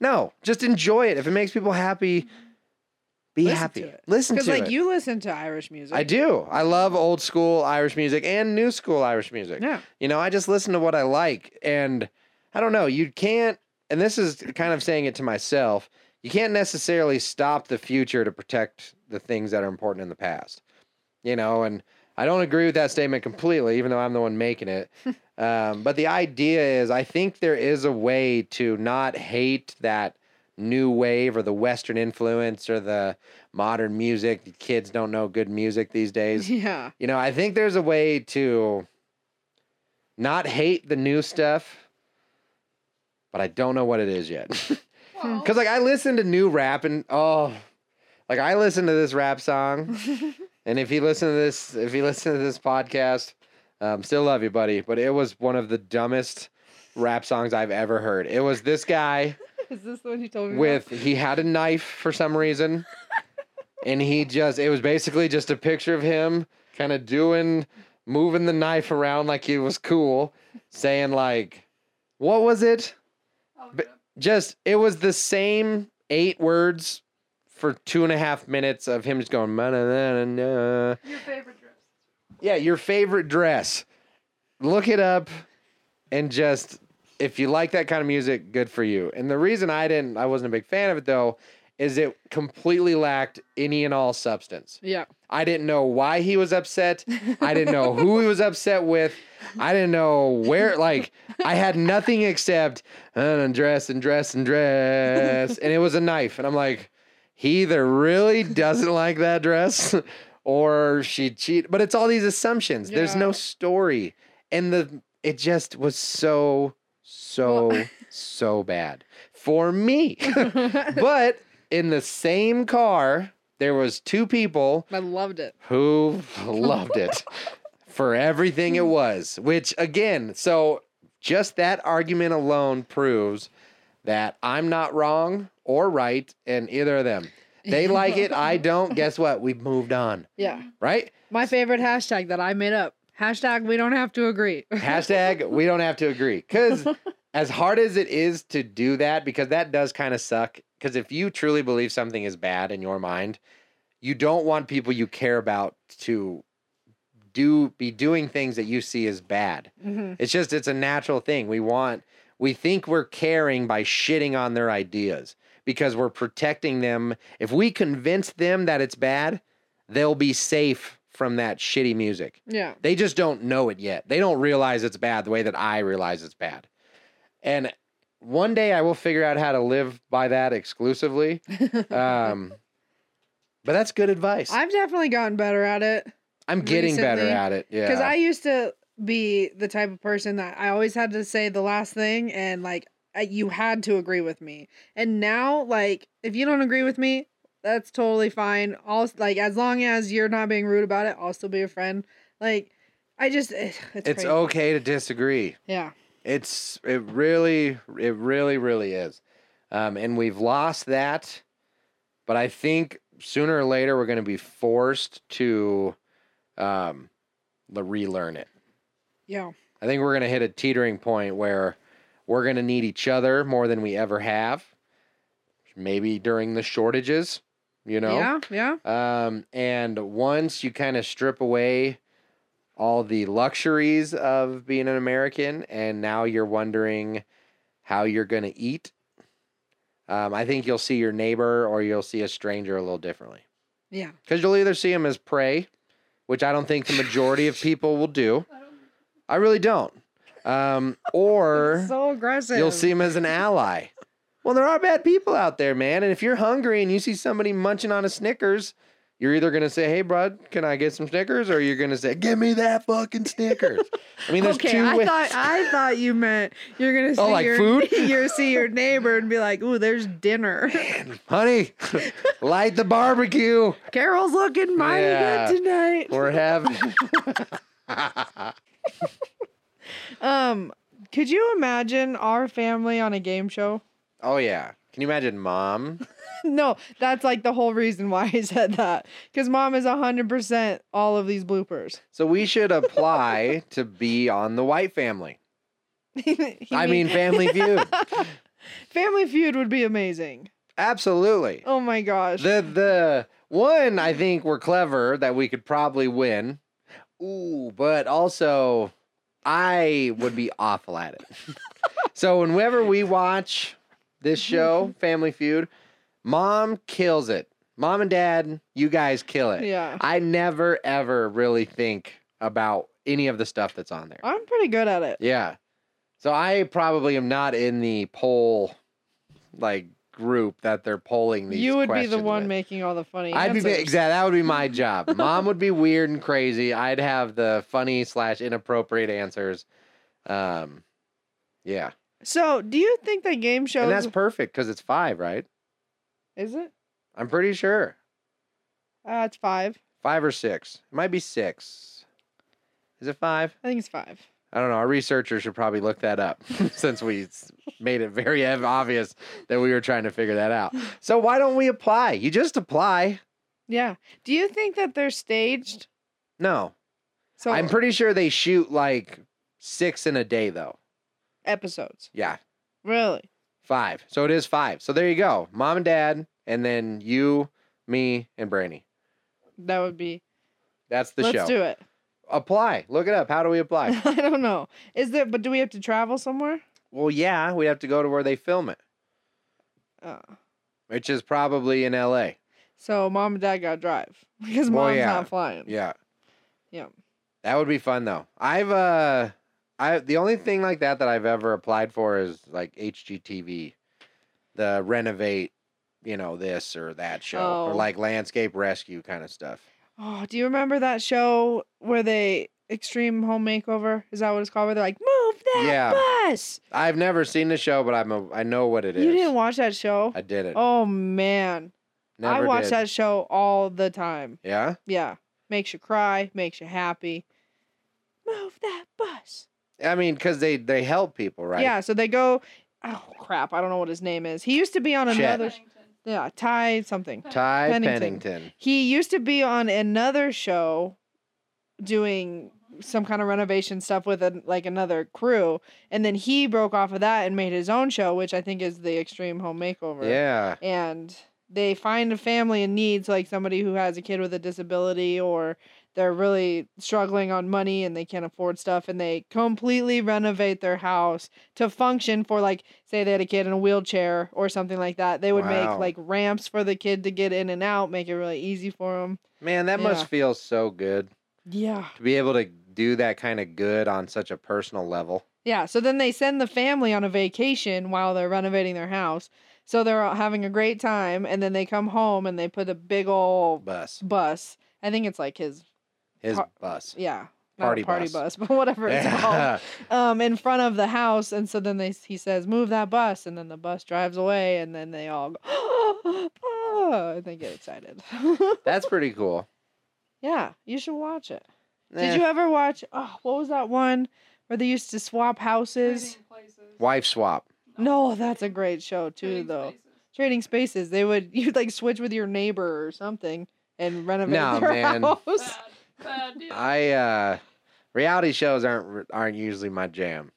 [SPEAKER 1] No, just enjoy it. If it makes people happy, be
[SPEAKER 2] Listen
[SPEAKER 1] happy.
[SPEAKER 2] to it.
[SPEAKER 1] Listen
[SPEAKER 2] Because
[SPEAKER 1] to
[SPEAKER 2] like
[SPEAKER 1] it.
[SPEAKER 2] you listen to Irish music.
[SPEAKER 1] I do. I love old school Irish music and new school Irish music.
[SPEAKER 2] Yeah,
[SPEAKER 1] You know, I just listen to what I like. And I don't know, you can't, and this is kind of saying it to myself, you can't necessarily stop the future to protect the things that are important in the past. You know, and I don't agree with that statement completely, even though I'm the one making it. um, but the idea is, I think there is a way to not hate that new wave or the Western influence or the modern music. The kids don't know good music these days.
[SPEAKER 2] *laughs* yeah.
[SPEAKER 1] You know, I think there's a way to not hate the new stuff, but I don't know what it is yet. *laughs*
[SPEAKER 3] Well,
[SPEAKER 1] Hmm. Cause like I listen to new rap and oh, like I listen to this rap song, and if you listen to this, if you listen to this podcast, um, still love you, buddy. But it was one of the dumbest rap songs I've ever heard. It was this guy
[SPEAKER 2] Is this the one you told me? about?
[SPEAKER 1] with he had a knife for some reason and he just it was basically just a picture of him kind of doing moving the knife around like he was cool saying like what was it
[SPEAKER 3] I'll look
[SPEAKER 1] but-
[SPEAKER 3] it up.
[SPEAKER 1] just it was the same eight words for two and a half minutes of him just going, "Ma, na, na, na, na."
[SPEAKER 3] Your favorite dress.
[SPEAKER 1] yeah, your favorite dress. Look it up and just, if you like that kind of music, good for you. And the reason I didn't, I wasn't a big fan of it though, is it completely lacked any and all substance. *laughs*
[SPEAKER 2] Yeah. *laughs*
[SPEAKER 1] I didn't know why he was upset. I didn't know who he was upset with. I didn't know where. Like, I had nothing except undress and dress and dress. And it was a knife. And I'm like, he either really doesn't like that dress or she cheat. But it's all these assumptions. There's no
[SPEAKER 2] Yeah.
[SPEAKER 1] story. And the it just was so, so,
[SPEAKER 2] Well-
[SPEAKER 1] so bad for
[SPEAKER 2] *laughs*
[SPEAKER 1] me. but in the same car, there was two people
[SPEAKER 2] I loved it.
[SPEAKER 1] who loved it for everything it was. Which again, so just that argument alone proves that I'm not wrong or right in either of them. They like it, I don't. Guess what? We've moved on,
[SPEAKER 2] Yeah.
[SPEAKER 1] right?
[SPEAKER 2] My favorite hashtag that I made up. Hashtag we don't have to agree. *laughs*
[SPEAKER 1] Hashtag we don't have to agree. Because as hard as it is to do that, because that does kind of suck. Because if you truly believe something is bad in your mind, you don't want people you care about to do be doing things that you see as bad.
[SPEAKER 2] Mhm.
[SPEAKER 1] It's just it's a natural thing. We want we think we're caring by shitting on their ideas because we're protecting them. If we convince them that it's bad, they'll be safe from that shitty music.
[SPEAKER 2] Yeah.
[SPEAKER 1] They just don't know it yet. They don't realize it's bad the way that I realize it's bad. And one day I will figure out how to live by that exclusively.
[SPEAKER 2] *laughs*
[SPEAKER 1] Um, but that's good advice.
[SPEAKER 2] I've definitely gotten better at it.
[SPEAKER 1] I'm getting better
[SPEAKER 2] recently,
[SPEAKER 1] at it. Yeah.
[SPEAKER 2] Because I used to be the type of person that I always had to say the last thing and like I, you had to agree with me. And now, like, if you don't agree with me, that's totally fine. I'll like as long as you're not being rude about it, I'll still be a friend. Like, I just *sighs* it's
[SPEAKER 1] it's
[SPEAKER 2] crazy.
[SPEAKER 1] okay to disagree.
[SPEAKER 2] yeah
[SPEAKER 1] It's it really it really really is, um, and we've lost that. But I think sooner or later we're going to be forced to um, le- relearn it.
[SPEAKER 2] yeah
[SPEAKER 1] I think we're going to hit a teetering point where we're going to need each other more than we ever have. Maybe during the shortages, you know?
[SPEAKER 2] yeah yeah
[SPEAKER 1] Um, and once you kind of strip away all the luxuries of being an American, and now you're wondering how you're going to eat, um, I think you'll see your neighbor or you'll see a stranger a little differently.
[SPEAKER 2] yeah.
[SPEAKER 1] Because you'll either see him as prey, which I don't think the majority of people will do.
[SPEAKER 3] I don't.
[SPEAKER 1] I really don't.
[SPEAKER 2] *laughs*
[SPEAKER 1] Um, or
[SPEAKER 2] so aggressive.
[SPEAKER 1] you'll see him as an ally. Well, there are bad people out there, man. And if you're hungry and you see somebody munching on a Snickers, you're either gonna say, "Hey, bud, can I get some Snickers?" or you're gonna say, "Give me that fucking Snickers." I mean, there's
[SPEAKER 2] Okay,
[SPEAKER 1] two
[SPEAKER 2] I
[SPEAKER 1] ways.
[SPEAKER 2] thought I thought you meant you're gonna
[SPEAKER 1] *laughs*
[SPEAKER 2] see
[SPEAKER 1] Oh, like
[SPEAKER 2] your
[SPEAKER 1] food?
[SPEAKER 2] *laughs* you're see your neighbor and be like, "Ooh, there's dinner."
[SPEAKER 1] Honey, light the barbecue.
[SPEAKER 2] *laughs* Carol's looking mighty
[SPEAKER 1] Yeah.
[SPEAKER 2] good tonight.
[SPEAKER 1] We're
[SPEAKER 2] *laughs*
[SPEAKER 1] having.
[SPEAKER 2] Um, could you imagine our family on a game show? *laughs*
[SPEAKER 1] oh yeah. Can you imagine, mom?
[SPEAKER 2] no, that's like the whole reason why I said that. Because mom is hundred percent all of these bloopers. *laughs*
[SPEAKER 1] So we should apply to be on the White Family. I mean, Family
[SPEAKER 2] *laughs*
[SPEAKER 1] Feud.
[SPEAKER 2] Family Feud would be amazing.
[SPEAKER 1] Absolutely.
[SPEAKER 2] Oh my gosh.
[SPEAKER 1] The the one I think we're clever that we could probably win. Ooh, but also I would be awful at it. *laughs* so whenever we watch this
[SPEAKER 2] *laughs*
[SPEAKER 1] show, Family Feud, mom kills it. Mom and dad, you guys kill it.
[SPEAKER 2] yeah,
[SPEAKER 1] I never ever really think about any of the stuff that's on there.
[SPEAKER 2] I'm pretty good at it.
[SPEAKER 1] Yeah. So I probably am not in the poll like group that they're polling these
[SPEAKER 2] You would be the
[SPEAKER 1] questions
[SPEAKER 2] one
[SPEAKER 1] with.
[SPEAKER 2] making all the funny.
[SPEAKER 1] I'd be
[SPEAKER 2] answers.
[SPEAKER 1] exactly. That would be my job. Mom would be weird and crazy. I'd have the funny slash inappropriate answers. Um, yeah,
[SPEAKER 2] So, do you think that game shows
[SPEAKER 1] and that's perfect because it's five, right?
[SPEAKER 2] is it?
[SPEAKER 1] I'm pretty sure
[SPEAKER 2] Uh, it's five.
[SPEAKER 1] five or six. It might be six. Is it five?
[SPEAKER 2] I think it's five.
[SPEAKER 1] I don't know. Our researchers should probably look that up *laughs* since we s- made it very ev- obvious that we were trying to figure that out. So why don't we apply? You just apply.
[SPEAKER 2] Yeah. Do you think that they're staged?
[SPEAKER 1] No,
[SPEAKER 2] So
[SPEAKER 1] I'm pretty sure they shoot like six in a day though.
[SPEAKER 2] episodes.
[SPEAKER 1] Yeah,
[SPEAKER 2] Really?
[SPEAKER 1] Five. So it is five. So there you go. Mom and dad, and then you, me, and Brandy.
[SPEAKER 2] That would be.
[SPEAKER 1] That's the
[SPEAKER 2] let's
[SPEAKER 1] show.
[SPEAKER 2] do it.
[SPEAKER 1] Apply. Look it up. How do we
[SPEAKER 2] *laughs*
[SPEAKER 1] apply?
[SPEAKER 2] I don't know. Is there? But do we have to travel somewhere?
[SPEAKER 1] well, yeah, we have to go to where they film it,
[SPEAKER 2] Uh,
[SPEAKER 1] which is probably in LA.
[SPEAKER 2] so mom and dad got to drive *laughs* because
[SPEAKER 1] Well,
[SPEAKER 2] mom's
[SPEAKER 1] yeah.
[SPEAKER 2] not flying.
[SPEAKER 1] Yeah.
[SPEAKER 2] Yep.
[SPEAKER 1] That would be fun though. I've uh I the only thing like that that I've ever applied for is like HGTV. The renovate, you know, this or that show or
[SPEAKER 2] Oh.
[SPEAKER 1] like landscape rescue kind of stuff.
[SPEAKER 2] Oh, do you remember that show where they extreme home makeover? Is that what it's called? Where they're like, move that
[SPEAKER 1] Yeah.
[SPEAKER 2] bus.
[SPEAKER 1] I've never seen the show but I'm a, I know what it is.
[SPEAKER 2] you didn't watch that show.
[SPEAKER 1] I did it.
[SPEAKER 2] Oh man,
[SPEAKER 1] never
[SPEAKER 2] I watch
[SPEAKER 1] did.
[SPEAKER 2] that show all the time.
[SPEAKER 1] Yeah?
[SPEAKER 2] Yeah, makes you cry, makes you happy. Move that bus.
[SPEAKER 1] I mean cuz they they help people, right?
[SPEAKER 2] Yeah, so they go. Oh crap! I don't know what his name is. He used to be on
[SPEAKER 1] Chet.
[SPEAKER 2] another.
[SPEAKER 3] Paddington.
[SPEAKER 2] Yeah, Ty something.
[SPEAKER 1] Ty
[SPEAKER 2] Pennington.
[SPEAKER 1] Pennington.
[SPEAKER 2] He used to be on another show, doing some kind of renovation stuff with an, like another crew, and then he broke off of that and made his own show, which I think is the Extreme Home Makeover.
[SPEAKER 1] Yeah.
[SPEAKER 2] and they find a family in need, so like somebody who has a kid with a disability or they're really struggling on money and they can't afford stuff and they completely renovate their house to function for like say they had a kid in a wheelchair or something like that they would
[SPEAKER 1] Wow.
[SPEAKER 2] make like ramps for the kid to get in and out make it really easy for them
[SPEAKER 1] Man, that must
[SPEAKER 2] Yeah.
[SPEAKER 1] feel so good
[SPEAKER 2] yeah
[SPEAKER 1] to be able to do that kind of good on such a personal level.
[SPEAKER 2] Yeah, so then they send the family on a vacation while they're renovating their house. So they're all having a great time, and then they come home and they put a big old
[SPEAKER 1] Bus.
[SPEAKER 2] bus. I think it's like his,
[SPEAKER 1] His
[SPEAKER 2] Par-
[SPEAKER 1] bus.
[SPEAKER 2] yeah, not a
[SPEAKER 1] Party
[SPEAKER 2] party
[SPEAKER 1] bus.
[SPEAKER 2] bus, *laughs* but whatever it's called, um, in front of the house. And so then they he says, "Move that bus," and then the bus drives away, and then they all go, *gasps* "Ah," and they get excited.
[SPEAKER 1] *laughs*
[SPEAKER 2] *laughs*
[SPEAKER 1] That's pretty cool.
[SPEAKER 2] yeah, you should watch it.
[SPEAKER 1] Eh,
[SPEAKER 2] Did you ever watch? Oh, what was that one where they used to swap houses?
[SPEAKER 3] Trading places.
[SPEAKER 1] wife swap?
[SPEAKER 2] No, that's a great show too,
[SPEAKER 3] Trading
[SPEAKER 2] though.
[SPEAKER 3] Spaces.
[SPEAKER 2] trading spaces. They would *laughs* you'd like switch with your neighbor or something and renovate
[SPEAKER 1] No,
[SPEAKER 2] their
[SPEAKER 1] man.
[SPEAKER 2] *laughs* house.
[SPEAKER 3] Bad, bad deal. *laughs*
[SPEAKER 2] *laughs*
[SPEAKER 1] I uh reality shows aren't aren't usually my jam.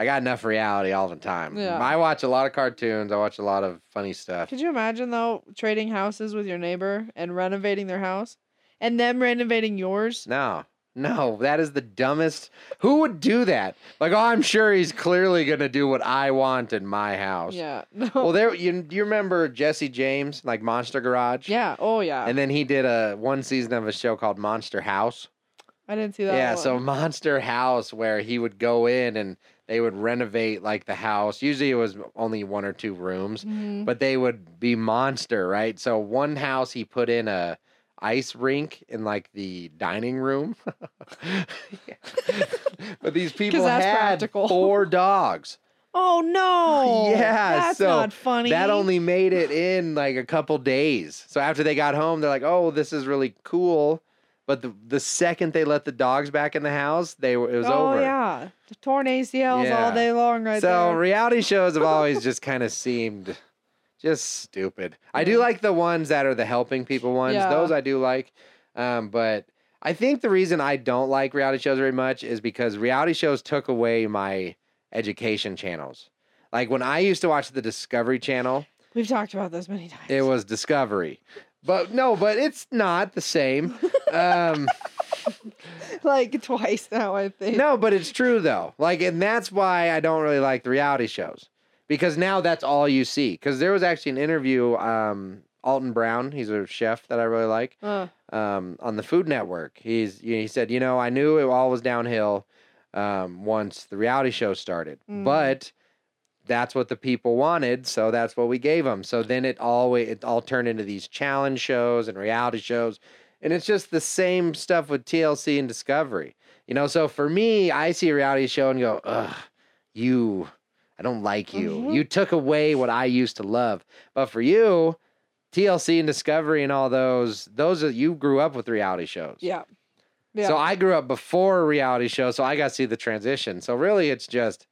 [SPEAKER 1] I got enough reality all the time.
[SPEAKER 2] Yeah.
[SPEAKER 1] I watch a lot of cartoons. I watch a lot of funny stuff.
[SPEAKER 2] Could you imagine though trading houses with your neighbor and renovating their house and them renovating yours?
[SPEAKER 1] No. No, that is the dumbest. Who would do that? Like, oh, I'm sure he's clearly going to do what I want in my house.
[SPEAKER 2] Yeah. *laughs* No.
[SPEAKER 1] Well, there you do you remember Jesse James, like Monster Garage?
[SPEAKER 2] yeah. Oh yeah.
[SPEAKER 1] And then he did a one season of a show called Monster House.
[SPEAKER 2] I didn't see that.
[SPEAKER 1] yeah,
[SPEAKER 2] one.
[SPEAKER 1] so Monster House, where he would go in and they would renovate like the house. Usually it was only one or two rooms,
[SPEAKER 2] Mhm.
[SPEAKER 1] but they would be monster, right? So one house he put in a ice rink in like the dining
[SPEAKER 2] *laughs*
[SPEAKER 1] room. *laughs* but these people
[SPEAKER 2] that's
[SPEAKER 1] had
[SPEAKER 2] practical.
[SPEAKER 1] four dogs.
[SPEAKER 2] *laughs* Oh *laughs* no.
[SPEAKER 1] Yeah,
[SPEAKER 2] That's
[SPEAKER 1] so
[SPEAKER 2] not funny.
[SPEAKER 1] That only made it in like a couple days. So after they got home, they're like, "Oh, this is really cool." But the, the second they let the dogs back in the house, they were, it was
[SPEAKER 2] oh,
[SPEAKER 1] over.
[SPEAKER 2] yeah. The torn ACLs
[SPEAKER 1] Yeah.
[SPEAKER 2] all day long right
[SPEAKER 1] so
[SPEAKER 2] there.
[SPEAKER 1] reality shows
[SPEAKER 2] *laughs*
[SPEAKER 1] have always just kind of seemed just stupid. I do
[SPEAKER 2] Yeah.
[SPEAKER 1] like the ones that are the helping people ones.
[SPEAKER 2] Yeah.
[SPEAKER 1] Those I do like. Um, but I think the reason I don't like reality shows very much is because reality shows took away my education channels. Like when I used to watch the Discovery Channel,
[SPEAKER 2] We've talked about this many times.
[SPEAKER 1] it was Discovery. But no, but it's not the
[SPEAKER 2] *laughs*
[SPEAKER 1] same. Um,
[SPEAKER 2] *laughs* like twice now, I *laughs* think.
[SPEAKER 1] no, but it's true though. Like, and that's why I don't really like the reality shows because now that's all you see. Because there was actually an interview, um, Alton Brown, he's a chef that I really like,
[SPEAKER 2] Uh,
[SPEAKER 1] um, on the Food Network. He's he said, you know, I knew it all was downhill um, once the reality show started,
[SPEAKER 2] Mm.
[SPEAKER 1] but that's what the people wanted, so that's what we gave them. So then it always it all turned into these challenge shows and reality shows, and it's just the same stuff with TLC and Discovery. You know, so for me, I see a reality show and go, ugh, you. I don't like you.
[SPEAKER 2] Mhm.
[SPEAKER 1] You took away what I used to love. But for you, TLC and Discovery and all those, those are you grew up with reality shows.
[SPEAKER 2] yeah. Yeah.
[SPEAKER 1] So I grew up before a reality show, so I got to see the transition. So really, it's just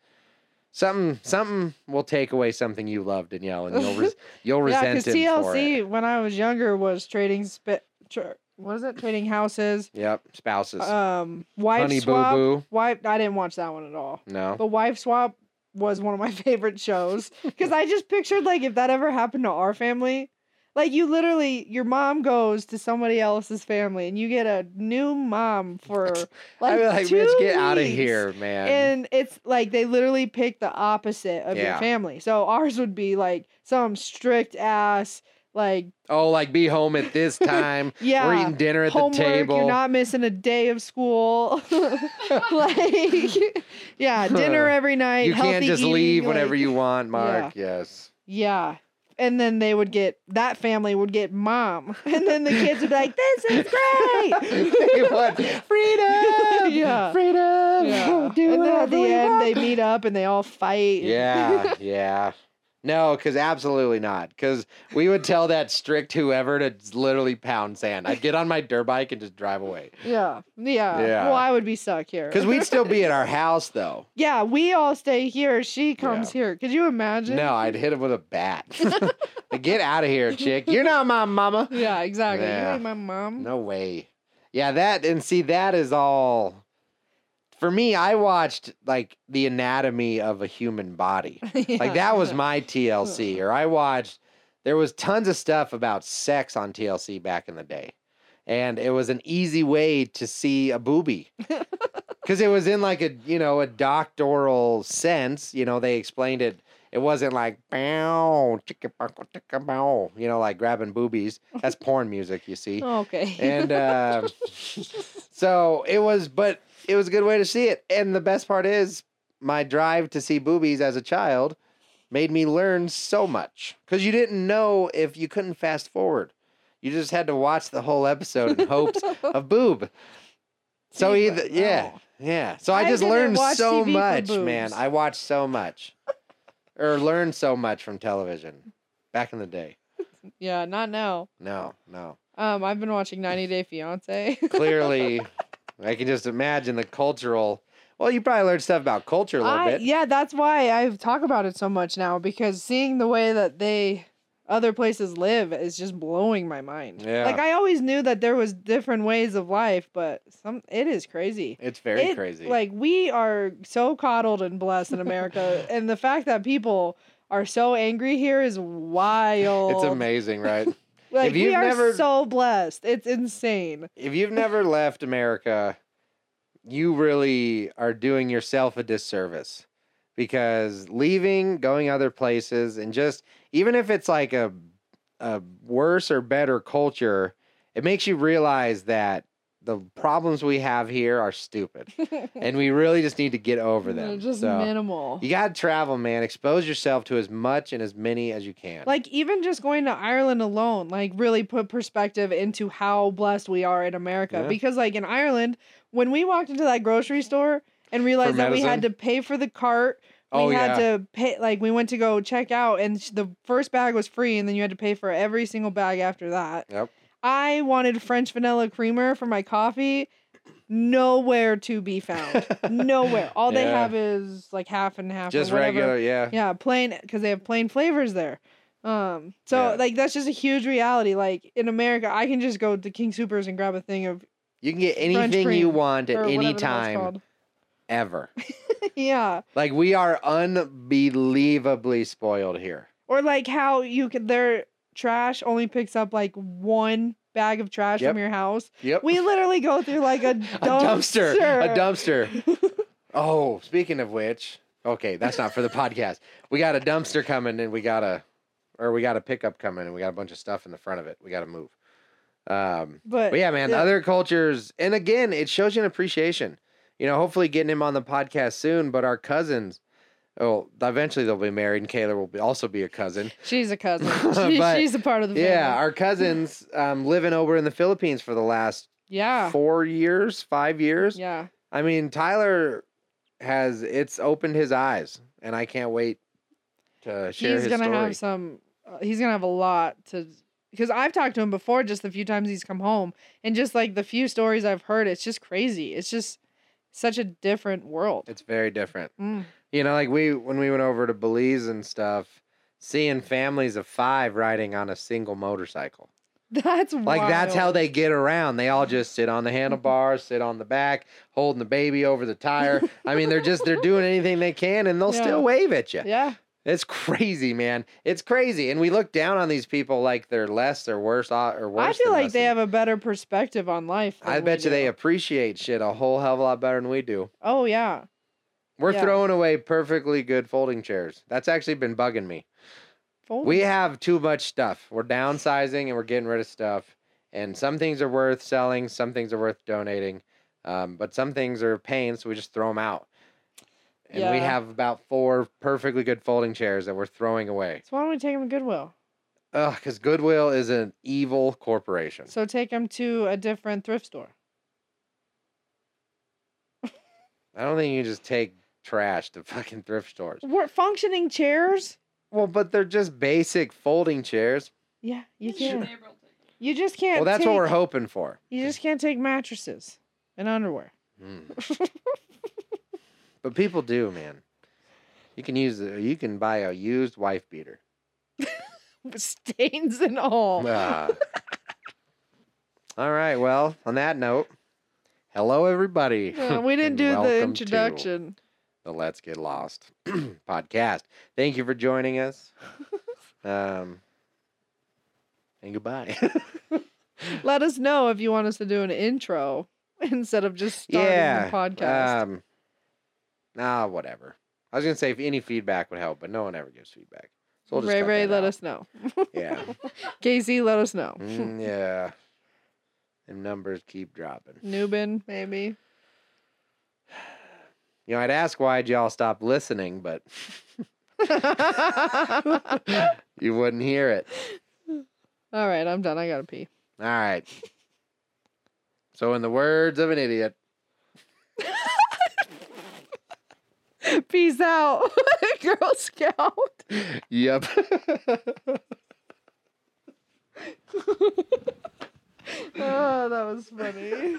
[SPEAKER 1] something. Something will take away something you love, Danielle, and you'll
[SPEAKER 2] *laughs*
[SPEAKER 1] res- you'll
[SPEAKER 2] yeah,
[SPEAKER 1] resent him
[SPEAKER 2] TLC
[SPEAKER 1] for it.
[SPEAKER 2] when I was younger was trading spit. Tr- what is it? Trading houses.
[SPEAKER 1] Yep, spouses,
[SPEAKER 2] Um, wife
[SPEAKER 1] honey boo
[SPEAKER 2] swap.
[SPEAKER 1] boo.
[SPEAKER 2] Wife. I didn't watch that one at all.
[SPEAKER 1] No,
[SPEAKER 2] But wife swap was one of my *laughs* favorite shows because I just pictured like if that ever happened to our family, like you literally your mom goes to somebody else's family and you get a new mom for like,
[SPEAKER 1] I'd be like,
[SPEAKER 2] two
[SPEAKER 1] bitch, get out of
[SPEAKER 2] weeks."
[SPEAKER 1] here, man.
[SPEAKER 2] And it's like they literally pick the opposite of your
[SPEAKER 1] Yeah.
[SPEAKER 2] family. So ours would be like some strict ass like
[SPEAKER 1] oh, like be home at this time.
[SPEAKER 2] *laughs* yeah.
[SPEAKER 1] We're eating dinner at
[SPEAKER 2] homework,
[SPEAKER 1] the table.
[SPEAKER 2] You're not missing a day of school. *laughs* like,
[SPEAKER 1] *laughs*
[SPEAKER 2] yeah, dinner every night.
[SPEAKER 1] You
[SPEAKER 2] healthy
[SPEAKER 1] can't just
[SPEAKER 2] eating,
[SPEAKER 1] leave whenever
[SPEAKER 2] like-
[SPEAKER 1] you
[SPEAKER 2] *laughs*
[SPEAKER 1] want, Mark. Yes.
[SPEAKER 2] Yeah. And then they would get that family would get mom, *laughs* and then the kids would be like, "This is great."
[SPEAKER 1] *laughs* They want freedom.
[SPEAKER 2] Yeah.
[SPEAKER 1] Freedom.
[SPEAKER 2] *laughs* Yeah.
[SPEAKER 1] Do
[SPEAKER 2] and then at
[SPEAKER 1] whatever
[SPEAKER 2] the
[SPEAKER 1] we
[SPEAKER 2] end,
[SPEAKER 1] want. *laughs*
[SPEAKER 2] they meet up and they all fight.
[SPEAKER 1] Yeah, yeah. No, because absolutely not. Because we would tell that strict whoever to s- literally pound sand. I'd get on my dirt bike and just drive away.
[SPEAKER 2] yeah, yeah,
[SPEAKER 1] Yeah.
[SPEAKER 2] Well, I would be stuck here
[SPEAKER 1] Because we'd still be at our house, though.
[SPEAKER 2] yeah, we all stay here. She comes here. Could you imagine?
[SPEAKER 1] No, I'd hit him with a bat. Like, get out of here, chick. You're not my mama.
[SPEAKER 2] *laughs* Yeah, exactly. You
[SPEAKER 1] Yeah.
[SPEAKER 2] ain't my mom. *laughs*
[SPEAKER 1] No way. Yeah, that and see that is all. For me, I watched like the anatomy of a human body. *laughs* Like that was my TLC. Or I watched there was tons of stuff about sex on TLC back in the day. And it was an easy way to see a booby. Cuz it was in like a, you know, a doctoral sense, you know, they explained it it wasn't like bow, chicka buckle, chicka bow, you know, like grabbing boobies. That's porn music, you see
[SPEAKER 2] Okay.
[SPEAKER 1] and um so it was but it was a good way to see it and the best part is my drive to see boobies as a child made me learn so much because you didn't know if you couldn't fast forward you just had to watch the whole episode in hopes
[SPEAKER 2] *laughs*
[SPEAKER 1] of boob so
[SPEAKER 2] See,
[SPEAKER 1] either
[SPEAKER 2] but-
[SPEAKER 1] yeah
[SPEAKER 2] oh.
[SPEAKER 1] yeah so i,
[SPEAKER 2] I
[SPEAKER 1] just
[SPEAKER 2] didn't
[SPEAKER 1] learned
[SPEAKER 2] watch
[SPEAKER 1] so
[SPEAKER 2] TV for
[SPEAKER 1] much man
[SPEAKER 2] boobs.
[SPEAKER 1] i watched so much or learned so much from television back in the day
[SPEAKER 2] *laughs* Yeah, not now.
[SPEAKER 1] no no
[SPEAKER 2] Um, I've been watching 90 Day Fiance. *laughs*
[SPEAKER 1] clearly I can just imagine the cultural well, you probably learned stuff about culture a little
[SPEAKER 2] I,
[SPEAKER 1] bit.
[SPEAKER 2] yeah, that's why I talk about it so much now because seeing the way that they other places live is just blowing my mind.
[SPEAKER 1] Yeah.
[SPEAKER 2] Like I always knew that there was different ways of life, but some it is crazy.
[SPEAKER 1] It's very
[SPEAKER 2] It-
[SPEAKER 1] crazy.
[SPEAKER 2] Like we are so coddled and blessed
[SPEAKER 1] *laughs*
[SPEAKER 2] in America, and the fact that people are so angry here is wild.
[SPEAKER 1] it's amazing,
[SPEAKER 2] *laughs*
[SPEAKER 1] right?
[SPEAKER 2] Like
[SPEAKER 1] If you've
[SPEAKER 2] we are
[SPEAKER 1] never-
[SPEAKER 2] so blessed. It's
[SPEAKER 1] *laughs*
[SPEAKER 2] insane.
[SPEAKER 1] if you've never left America, you really are doing yourself a disservice because leaving, going other places, and just even if it's like a a worse or better culture, it makes you realize that the problems we have here are stupid, and we really just need to get over
[SPEAKER 2] *laughs* They're
[SPEAKER 1] them.
[SPEAKER 2] just
[SPEAKER 1] So-
[SPEAKER 2] minimal.
[SPEAKER 1] You gotta travel, man. Expose yourself to as much and as many as you can. *laughs*
[SPEAKER 2] Like even just going to Ireland alone, like really put perspective into how blessed we are in America.
[SPEAKER 1] Yeah.
[SPEAKER 2] Because like in Ireland, when we walked into that grocery store and realized that we had to pay for the cart, we
[SPEAKER 1] oh
[SPEAKER 2] had
[SPEAKER 1] yeah,
[SPEAKER 2] to pay like we went to go check out and sh- the first bag was free and then you had to pay for every single bag after that.
[SPEAKER 1] Yep.
[SPEAKER 2] I wanted French vanilla creamer for my coffee. Nowhere to
[SPEAKER 1] *laughs*
[SPEAKER 2] be found. Nowhere. All they
[SPEAKER 1] Yeah.
[SPEAKER 2] have is like half and half. or
[SPEAKER 1] just
[SPEAKER 2] whatever.
[SPEAKER 1] regular, yeah.
[SPEAKER 2] Yeah, plain because they have plain flavors there. Um, so
[SPEAKER 1] Yeah.
[SPEAKER 2] like that's just a huge reality. Like in America, I can just go to King Supers and grab a thing of
[SPEAKER 1] You can get
[SPEAKER 2] French
[SPEAKER 1] anything you
[SPEAKER 2] cream,
[SPEAKER 1] want
[SPEAKER 2] or
[SPEAKER 1] at
[SPEAKER 2] whatever
[SPEAKER 1] any
[SPEAKER 2] the hell's
[SPEAKER 1] time
[SPEAKER 2] called. *laughs*
[SPEAKER 1] ever.
[SPEAKER 2] yeah,
[SPEAKER 1] like we are unbelievably spoiled here.
[SPEAKER 2] or like how you could their trash only picks up like one bag of trash
[SPEAKER 1] Yep.
[SPEAKER 2] from your house.
[SPEAKER 1] Yep.
[SPEAKER 2] We literally go through like
[SPEAKER 1] *laughs*
[SPEAKER 2] a
[SPEAKER 1] a dumpster,
[SPEAKER 2] dumpster.
[SPEAKER 1] a dumpster.
[SPEAKER 2] *laughs*
[SPEAKER 1] oh, speaking of which, okay, that's not for the podcast. We got a dumpster coming, and we got a, or we got a pickup coming, and we got a bunch of stuff in the front of it. We got to move. Um,
[SPEAKER 2] But,
[SPEAKER 1] But yeah, man,
[SPEAKER 2] yeah.
[SPEAKER 1] other cultures, and again, it shows you an appreciation. You know, hopefully getting him on the podcast soon. But our cousins, oh, eventually they'll be married, and Kayla will be, also be a cousin.
[SPEAKER 2] she's
[SPEAKER 1] *laughs*
[SPEAKER 2] a cousin. She,
[SPEAKER 1] But-
[SPEAKER 2] she's a part of the family.
[SPEAKER 1] Yeah, our cousins um, living over in the Philippines for the last
[SPEAKER 2] yeah,
[SPEAKER 1] four years, five years.
[SPEAKER 2] Ah. yeah.
[SPEAKER 1] I mean, Tyler has it's opened his eyes, and I can't wait to share
[SPEAKER 2] he's
[SPEAKER 1] his
[SPEAKER 2] gonna
[SPEAKER 1] story.
[SPEAKER 2] have some uh, he's gonna have a lot to because i've talked to him before just the few times he's come home and just like the few stories i've heard it's just crazy it's just such a different world
[SPEAKER 1] it's very different.
[SPEAKER 2] Mm. *laughs*
[SPEAKER 1] You know, like we when we went over to Belize and stuff, seeing families of five riding on a single motorcycle.
[SPEAKER 2] That's
[SPEAKER 1] Like that's how
[SPEAKER 2] wild.
[SPEAKER 1] they get around. They all just sit on the handlebars, sit on the back, holding the baby over the tire. I mean, they're just they're doing anything they can, and they'll
[SPEAKER 2] Yeah.
[SPEAKER 1] still wave at you.
[SPEAKER 2] Yeah.
[SPEAKER 1] It's crazy, man. It's crazy, and we look down on these people like they're less, they're worse, o- or worse.
[SPEAKER 2] I feel
[SPEAKER 1] than
[SPEAKER 2] like
[SPEAKER 1] us,
[SPEAKER 2] they
[SPEAKER 1] and-
[SPEAKER 2] have a better perspective on life.
[SPEAKER 1] I
[SPEAKER 2] than we
[SPEAKER 1] bet you they
[SPEAKER 2] do.
[SPEAKER 1] appreciate shit a whole hell of a lot better than we do.
[SPEAKER 2] Oh yeah.
[SPEAKER 1] We're
[SPEAKER 2] Yeah.
[SPEAKER 1] throwing away perfectly good folding chairs. That's actually been bugging me.
[SPEAKER 2] Fold.
[SPEAKER 1] We have too much stuff. We're downsizing and we're getting rid of stuff. And some things are worth selling, some things are worth donating, um, but some things are a pain, so we just throw them out. And we
[SPEAKER 2] Yeah.
[SPEAKER 1] have about four perfectly good folding chairs that we're throwing away.
[SPEAKER 2] so why don't we take them to Goodwill?
[SPEAKER 1] Ugh, because Goodwill is an evil corporation.
[SPEAKER 2] So take them to a different thrift store.
[SPEAKER 1] I don't think you just take trash to *laughs* fucking thrift stores.
[SPEAKER 2] We're functioning chairs.
[SPEAKER 1] Well, but they're just basic folding chairs.
[SPEAKER 2] Yeah, you
[SPEAKER 3] Maybe your
[SPEAKER 2] can't.
[SPEAKER 3] neighbor will take it.
[SPEAKER 2] You just can't.
[SPEAKER 1] Well, that's
[SPEAKER 2] take,
[SPEAKER 1] what we're hoping for.
[SPEAKER 2] You just can't take mattresses and underwear.
[SPEAKER 1] Mm. but people do, man. You can use the, you can buy a used wife beater.
[SPEAKER 2] *laughs* Stains and all.
[SPEAKER 1] Ah. All right. Well, on that note, hello everybody.
[SPEAKER 2] *laughs* Yeah, we
[SPEAKER 1] and
[SPEAKER 2] didn't do
[SPEAKER 1] welcome
[SPEAKER 2] the
[SPEAKER 1] to
[SPEAKER 2] introduction.
[SPEAKER 1] the Let's Get Lost *clears throat* podcast. Thank you for joining
[SPEAKER 2] *laughs*
[SPEAKER 1] us. Um, and goodbye.
[SPEAKER 2] Let us know if you want us to do an intro *laughs* instead of just starting
[SPEAKER 1] yeah.
[SPEAKER 2] the podcast.
[SPEAKER 1] Um, nah, whatever. I was gonna say if any feedback would help, but no one ever gives feedback. So we'll just
[SPEAKER 2] Ray
[SPEAKER 1] cut
[SPEAKER 2] Ray,
[SPEAKER 1] that
[SPEAKER 2] let
[SPEAKER 1] out.
[SPEAKER 2] us know.
[SPEAKER 1] Yeah.
[SPEAKER 2] Casey, let us know.
[SPEAKER 1] Mm, yeah. And numbers keep dropping.
[SPEAKER 2] Newbin, maybe.
[SPEAKER 1] You know, I'd ask why y'all stopped listening, but *laughs* you wouldn't hear it.
[SPEAKER 2] All right, I'm done. I gotta pee. *laughs*
[SPEAKER 1] All right. So, in the words of an idiot,
[SPEAKER 2] Peace out, *laughs* Girl Scout. *laughs*
[SPEAKER 1] *laughs* yep.
[SPEAKER 2] Oh, that was funny.